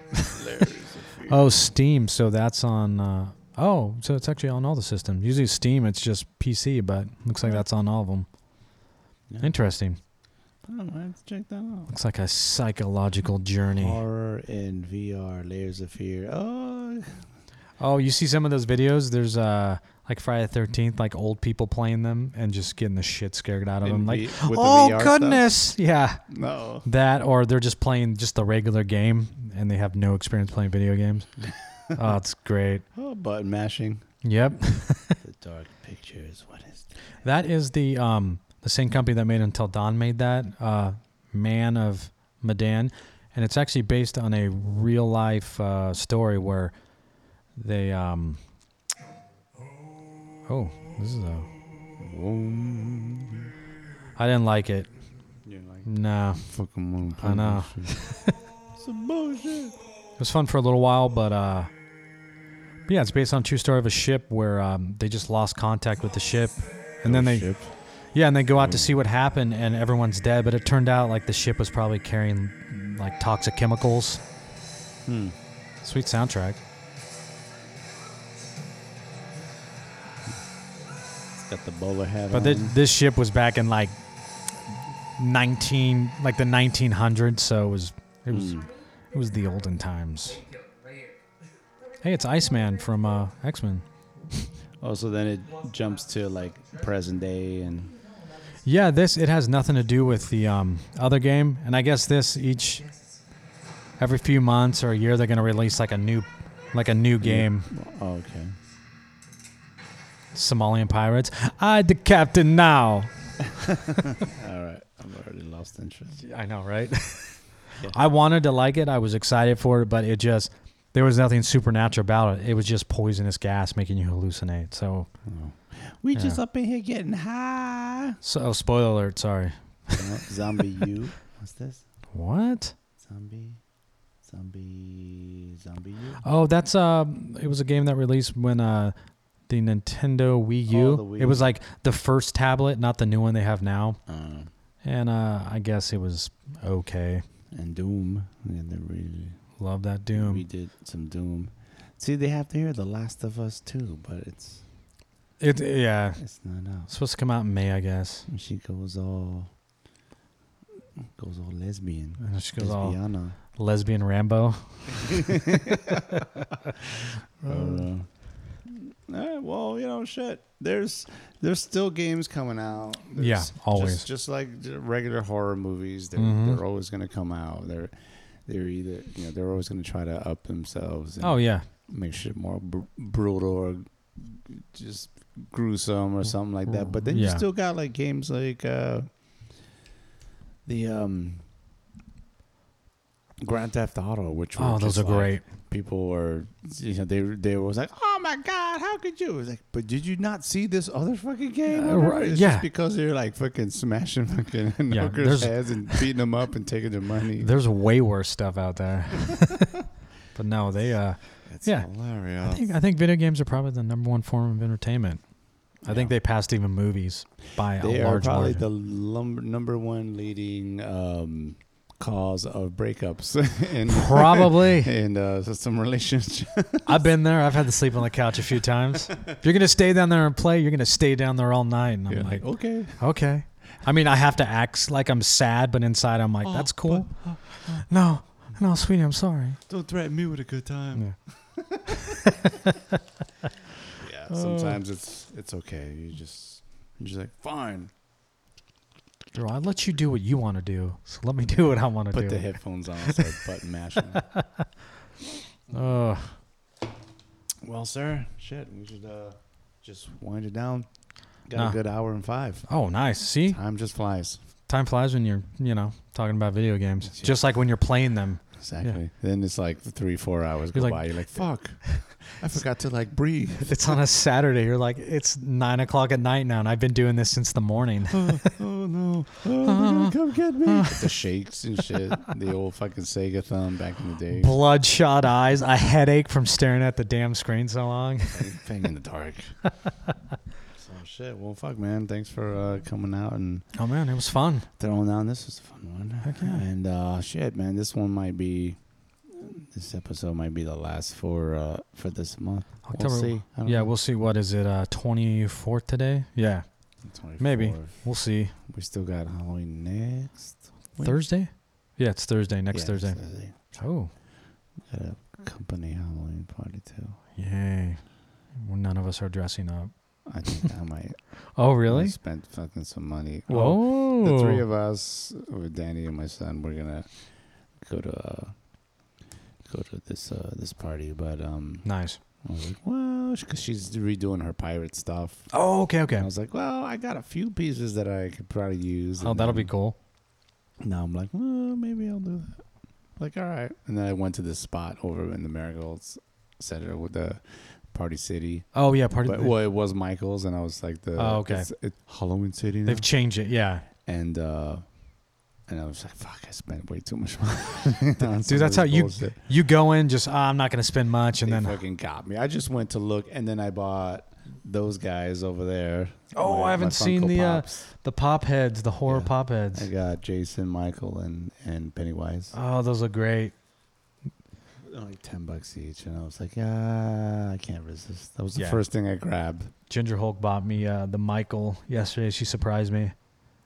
B: <laughs> oh, Steam. So that's on. Uh, oh, so it's actually on all the systems. Usually Steam, it's just PC, but looks like that's on all of them.
A: Yeah.
B: Interesting.
A: I don't know. I have to check that out.
B: Looks like a psychological journey.
A: Horror in VR, layers of fear. Oh,
B: Oh, you see some of those videos? There's uh, like Friday the Thirteenth, like old people playing them and just getting the shit scared out of
A: In
B: them. Like,
A: V- with the
B: oh
A: VR stuff?"
B: goodness, yeah.
A: no.
B: That or they're just playing just the regular game and they have no experience playing
A: <laughs>
B: video games. oh, it's great.
A: Oh, button
B: <laughs>
A: mashing.
B: Yep.
A: the dark pictures. What is that?
B: That is the um the same company that made Until Dawn made that, uh Man of Medan. And it's actually based on a real life uh, story where they um Oh, this is a I didn't like it.
A: You're like,
B: No.
A: fucking moon.
B: I know.
A: <laughs> Some bullshit.
B: It was fun for a little while, but uh, but yeah, it's based on a true story of a ship where um, they just lost contact with the ship, and then they
A: Ship.
B: yeah, and they go out to see what happened, and everyone's dead. But it turned out like the ship was probably carrying like toxic chemicals.
A: Hmm.
B: Sweet soundtrack.
A: It's got the bowler hat
B: But
A: on.
B: this, this ship was back in like nineteen, like the nineteen hundreds, so it was it was it was the olden times. Hey, it's Iceman from uh, X Men.
A: Oh, so then it jumps to like present day and
B: Yeah, this it has nothing to do with the um, other game, and I guess this each every few months or a year they're gonna release like a new like a new game.
A: oh, okay.
B: Somalian pirates. I the captain now.
A: All right, I've already lost interest.
B: I
A: <laughs>
B: know, right? I wanted to like it. I was excited for it, but it just there was nothing supernatural about it. It was just poisonous gas making you hallucinate. So,
A: Oh. We
B: Yeah.
A: just up in here getting
B: <laughs>
A: high.
B: so oh, spoiler alert. Sorry.
A: No, zombie you. What's this?
B: What?
A: Zombie. Zombie. Zombie you.
B: Oh, that's uh, it was a game that released when uh, the Nintendo Wii U.
A: Oh, the Wii
B: It was
A: U.
B: like the first tablet, not the new one they have now.
A: Uh,
B: And uh, I guess it was okay.
A: and Doom. Yeah, they really,
B: Love that Doom.
A: We did some Doom. See, they have to hear The Last of Us too, but
B: <laughs>
A: it's
B: It yeah,
A: it's not out.
B: it's supposed to come out in May, I guess.
A: And she goes all goes all lesbian.
B: And she goes all
A: Lesbiana.
B: lesbian Rambo.
A: I don't know. Eh, well, you know, shit. There's there's still games coming out. There's
B: Yeah,
A: just-
B: always.
A: Just, like the regular horror movies, they're
B: Mhm.
A: they're always going to come out. They're they're either you know they're always going to try to up themselves. And
B: Oh yeah,
A: make shit more br- brutal or just gruesome or something like that. But then you
B: Yeah.
A: still got like games like uh, the um, Grand Theft Auto, which were
B: oh those
A: just,
B: are
A: like,
B: great.
A: people were you know they they was like oh my god how could you it was like but did you not see this other fucking game
B: Uh,
A: Or whatever.
B: right,
A: It's
B: yeah.
A: just because they're like fucking smashing fucking <laughs> hookers
B: there's-
A: heads and beating them up and taking their money
B: There's way worse stuff
A: <laughs>
B: out there. but no, they uh,
A: it's
B: yeah.
A: hilarious
B: I think I think video games are probably the number one form of entertainment. I think they passed even movies by
A: They
B: a
A: are
B: large
A: probably
B: margin.
A: the lumber, number one leading um, cause of breakups <laughs> in <laughs>
B: Probably.
A: in uh, some relationships.
B: I've been there. I've had to sleep on the couch a few times. If you're gonna stay down there and play, you're gonna stay down there all night. And I'm
A: Yeah,
B: like,
A: okay,
B: okay. I mean, I have to act like I'm sad, but inside I'm like,
A: Oh,
B: that's cool. no, no, sweetie, I'm sorry.
A: don't threaten me with a good time. Yeah,
B: Uh.
A: sometimes it's it's okay. You just you're just like fine.
B: Girl, I let you do what you want to do, so let me do what I want to
A: Put
B: do.
A: the headphones on, start button <laughs> mashing.
B: Ugh.
A: well, sir, shit, we should uh, just wind it down. Got
B: Nah.
A: a good hour and five.
B: oh, nice. See,
A: Time just flies.
B: time flies when you're, you know, talking about video games. Just like when you're playing them.
A: Exactly. Then it's like three, four hours go
B: You're like-
A: by. You're like, fuck, I forgot to like
B: <laughs>
A: breathe.
B: If <laughs> it's on a Saturday, you're like, it's nine o'clock at night now, and I've been doing this since the <laughs> morning.
A: oh, oh, no! Oh,
B: Uh-huh.
A: they're gonna come get me. the shakes and shit. The old fucking Sega thumb back in the day.
B: Bloodshot eyes, a headache from staring at the damn screen so long. <laughs>
A: Thing in the dark. so shit. Well, fuck, man. Thanks for uh, coming out and
B: Oh man, it was fun.
A: throwing down. This was a fun one.
B: yeah.
A: And uh, shit, man. This one might be. This episode might be the last for uh, for this month.
B: October-
A: We'll see. I don't
B: Yeah,
A: know.
B: we'll see. What is it? Uh, twenty fourth today? Yeah,
A: 24.
B: maybe. we'll see.
A: We still got Halloween next Wait.
B: Thursday? Yeah, it's Thursday. Next
A: Yeah,
B: Thursday. Oh,
A: Got a company Halloween party too.
B: yay! Well, none of us are dressing up.
A: I think
B: <laughs>
A: I might.
B: Oh,
A: We
B: really?
A: spent fucking some money. Well,
B: Oh,
A: the three of us, with Danny and my son, we're gonna go to uh, go to this uh, this party. But um,
B: nice.
A: I was like, well, because she's redoing her pirate stuff.
B: Oh, okay, okay.
A: And I was like, well, I got a few pieces that I could probably use.
B: Oh,
A: and
B: that'll be
A: then-
B: cool.
A: Now I'm like, well, maybe I'll do that. Like, all right. And then I went to this spot over in the Marigolds Center with the Party City.
B: Oh yeah, part
A: But,
B: of
A: well, it was Michael's, and I was like the
B: Oh, okay.
A: it's- it, Halloween City. Now.
B: they've changed it. Yeah,
A: and uh, and I was like, fuck, I spent way too much money. <laughs> on some
B: <laughs>
A: of
B: dude, that's
A: this
B: how you
A: bullshit.
B: you go in. Just "Ah, I'm not gonna spend much, and
A: they
B: then
A: fucking got me. I just went to look, and then I bought those guys over there.
B: Oh, I haven't seen
A: Funko
B: the, uh,
A: Pops.
B: the pop heads, the horror
A: Yeah.
B: pop
A: I
B: heads.
A: got Jason, Michael, and and Pennywise.
B: Oh, those look great. Oh,
A: They're like ten bucks each, and I was like, ah, I can't resist. That was the
B: Yeah.
A: first thing I grabbed.
B: Ginger Hulk bought me uh, the Michael yesterday. She surprised me.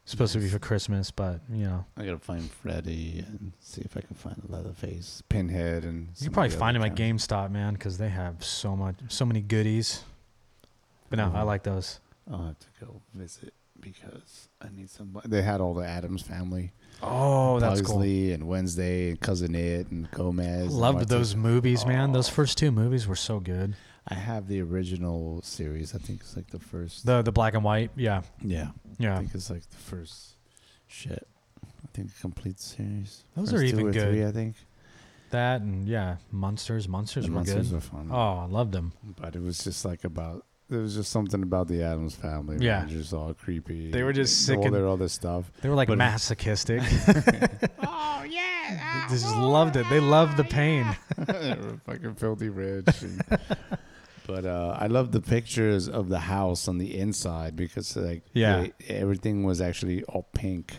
B: Supposed to be for Christmas, but you know,
A: I gotta find Freddy and see if I can find Leatherface, Pinhead, and
B: you
A: some
B: can probably
A: of the
B: find
A: other
B: them at
A: guys.
B: GameStop, man, because they have so much, so many goodies. But no, I
A: Mhm.
B: like those.
A: I'll have to go visit because I need somebody. They had all the Adams family,
B: Oh, that's cool.
A: Pugsley and Wednesday, and cousin It, and Gomez. and
B: Loved
A: Martin.
B: those movies, man. Those
A: Oh.
B: first two movies were so good.
A: I have the original series. I think it's like the first.
B: The the black and white, yeah,
A: yeah, I
B: yeah.
A: think it's like the first. Shit, I think the complete series.
B: Those
A: First
B: are
A: two
B: even
A: or
B: good.
A: Three, I think.
B: That and yeah, monsters, monsters
A: The
B: were
A: monsters
B: good.
A: were fun.
B: oh, I loved them.
A: But it was just like about there was just something about the Adams family. man.
B: Yeah.
A: It was just all creepy.
B: They were just sick
A: all
B: and-
A: their other stuff.
B: They were like
A: But- <laughs>
B: masochistic. oh yeah, they just loved it. They loved the pain.
A: They were <laughs> fucking filthy rich. <laughs> and- but uh, I love the pictures of the house on the inside because like
B: Yeah.
A: they- everything was actually all pink.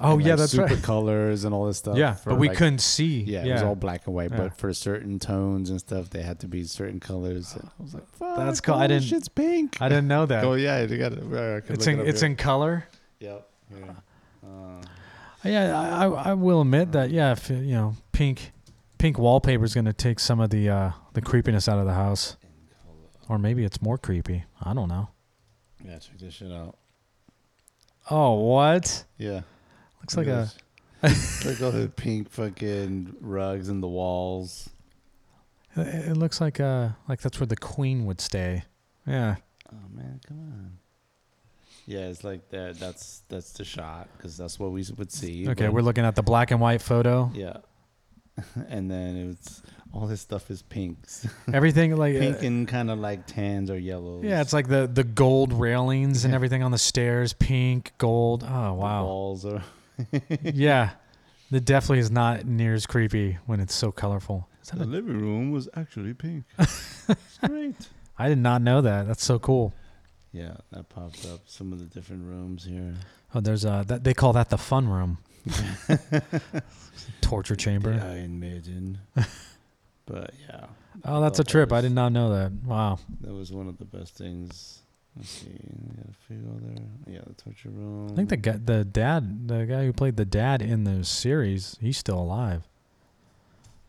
B: Oh
A: And,
B: yeah,
A: like,
B: that's
A: super
B: right.
A: colors and all this stuff.
B: Yeah,
A: for,
B: but we
A: like-
B: couldn't see.
A: Yeah, it was all black and white,
B: Yeah.
A: but for certain tones and stuff, they had to be certain colors. And I was like, Fuck,
B: That's cool.
A: all
B: I
A: this
B: didn't-
A: Shit's pink.
B: <laughs> I didn't know
A: Oh
B: that.
A: yeah, you got it.
B: It's in it's in color.
A: Yep. Yeah.
B: Yeah, I, I I will admit that. Yeah, if you know, pink pink wallpaper is going to take some of the uh, the creepiness out of the house, or maybe it's more creepy. I don't know.
A: Yeah, check this shit out.
B: Oh, what?
A: Yeah.
B: Looks like a
A: a. Look at all the pink fucking rugs and the walls.
B: it it looks like uh like that's where the queen would stay. Yeah.
A: Oh man, come on. Yeah, it's like that. That's that's the shot because that's what we would see.
B: Okay,
A: but-
B: we're looking at the black and
A: <laughs>
B: white photo.
A: yeah. and then it's all this stuff is <laughs> pinks,
B: Everything like uh,
A: pink and kind of like tans or yellows.
B: yeah, it's like the the gold railings and
A: Yeah.
B: everything on the stairs, pink, gold. Oh
A: The
B: wow.
A: walls are.
B: <laughs>
A: <laughs>
B: yeah. It definitely is not near as creepy when it's so colorful. Is that a- <laughs>
A: living room was actually pink. <laughs> it's great.
B: I did not know that. That's so cool.
A: Yeah, that popped up. Some of the different rooms here.
B: Oh, there's a that they call that the fun
A: <laughs>
B: room, torture chamber.
A: I
B: <laughs>
A: imagine. but yeah,
B: Oh, that's a
A: thought that
B: trip. I
A: was-
B: did not know that. Wow.
A: that was one of the best things. Let's see, we got a few other. Yeah, the torture room.
B: I think the guy, the dad, the guy who played the dad in the series, he's still alive.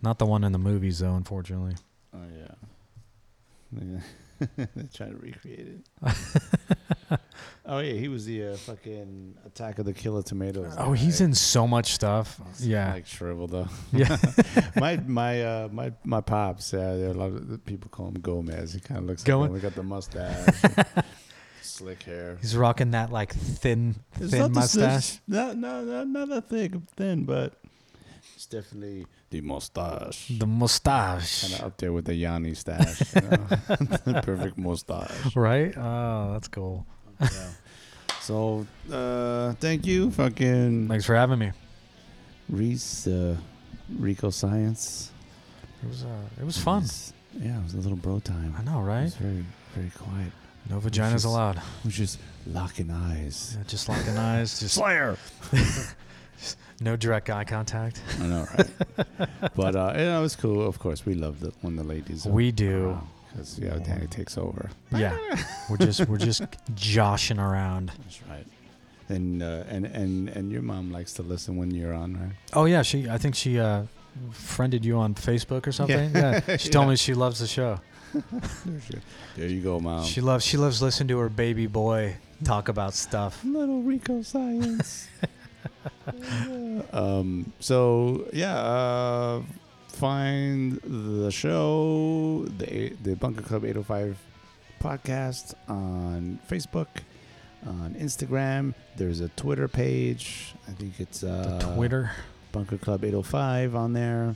B: Not the one in the movies though, unfortunately.
A: Oh yeah. Yeah. <laughs> they try to recreate it.
B: <laughs>
A: oh yeah, he was the uh, fucking Attack of the Killer Tomatoes.
B: Oh, he's
A: guy.
B: in so much stuff.
A: He's,
B: Yeah.
A: like shriveled up.
B: Yeah.
A: <laughs> my my uh, my my pops. Yeah, there are a lot of the people call him Gomez. He kind of looks
B: Gomez?
A: like him. We got the
B: <laughs>
A: mustache, slick hair.
B: He's rocking that like thin
A: It's
B: thin
A: not the same-
B: mustache.
A: No, no, no, not that thick, thin, but it's definitely the mustache.
B: The mustache.
A: Kind of up there with the Yanni stash. You know? <laughs> Perfect mustache.
B: Right? Oh, that's cool.
A: <laughs> So, uh, thank you, fucking
B: Thanks for having me.
A: Reese, uh, Rico Science.
B: It was uh, it was fun.
A: It's- yeah, it was a little bro time.
B: I know,
A: It
B: right?
A: was very, very quiet.
B: No vaginas
A: just-
B: allowed.
A: It was just locking eyes.
B: Yeah, Just locking <laughs> eyes. Just
A: Slayer.
B: no direct eye contact.
A: I know, right?
B: <laughs>
A: but uh, you know, it was cool. Of course, we loved it when the ladies. are
B: We do.
A: around, 'cause, yeah, Danny takes over.
B: Yeah. <laughs> We're just we're just joshing around.
A: That's right. And uh, and and and your mom likes to listen when you're on, right?
B: Oh yeah, she. I think she uh, friended you on Facebook or something. Yeah, <laughs> she told me she loves the show.
A: There, she- there you go, mom.
B: she loves she loves listening to her baby boy talk about stuff.
A: Little Rico science. <laughs> um. So yeah. Uh, find the show, the the Bunker Club 805 podcast on Facebook, on Instagram. There's a Twitter page. I think it's
B: The
A: uh,
B: Twitter.
A: Bunker Club 805 on there.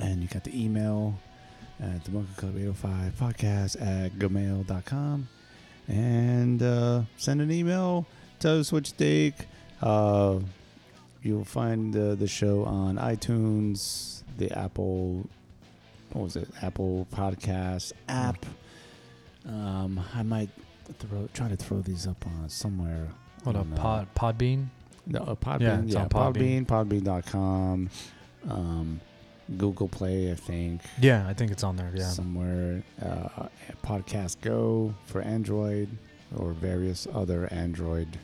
A: And you got the email at the Bunker Club 805 podcast at gmail.com. And uh, send an email. Tell us what you think. Uh, you'll find uh, the show on iTunes, the Apple, what was it? Apple Podcast app. Um, I might throw, try to throw these up on somewhere.
B: What a
A: on, uh,
B: pod Podbean.
A: no, uh, Podbean.
B: Yeah,
A: Yeah,
B: it's on
A: Podbean. Podbean.com. Um, Google Play, I think.
B: Yeah, I think it's on there. Yeah.
A: Somewhere. Uh, Podcast Go for Android or various other Android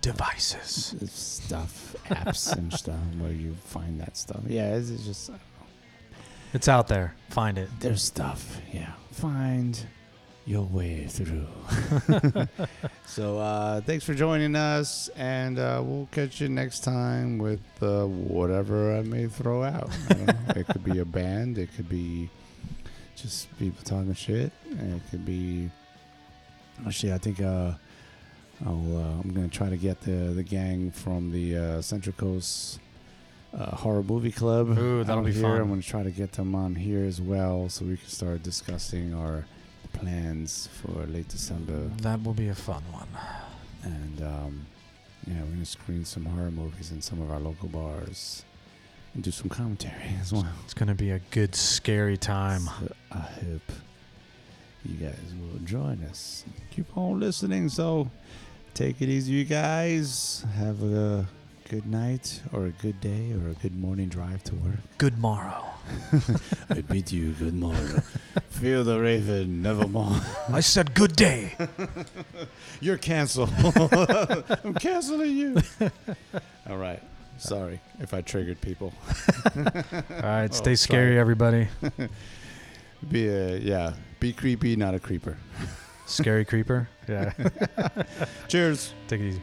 B: Devices.
A: stuff, apps
B: <laughs>
A: and stuff where you find that stuff. Yeah, it's, it's just,
B: It's out there. Find it.
A: there's stuff. Yeah. Find your way through. <laughs> so uh, thanks for joining us, and uh, we'll catch you next time with uh, whatever I may throw out. I <laughs> don't know. it could be a band, it could be just people talking shit, and it could be. Actually, I think uh, I'll, uh, I'm gonna try to get the the gang from the uh, Central Coast. Uh, horror movie club.
B: Ooh, that'll
A: out
B: be
A: here.
B: fun.
A: I'm gonna try to get them on here as well, so we can start discussing our plans for late December.
B: That will be a fun one.
A: And um, yeah, we're gonna screen some horror movies in some of our local bars and do some commentary <laughs> as well.
B: It's gonna be a good scary time.
A: So I hope you guys will join us. Keep on listening. So take it easy, you guys. Have a good night, or a good day, or a good morning drive to work.
B: Good morrow.
A: I bid you good morning. <laughs> Feel the raven, <laughs> nevermore.
B: I said
A: <laughs>
B: good day.
A: You're <laughs> canceled. I'm canceling you. <laughs> All right. Sorry if I triggered people.
B: All right, stay
A: Oh, sorry.
B: scary, everybody.
A: Be a, yeah. Be creepy, not a creeper.
B: Scary creeper. Yeah. <laughs>
A: Cheers.
B: Take it easy.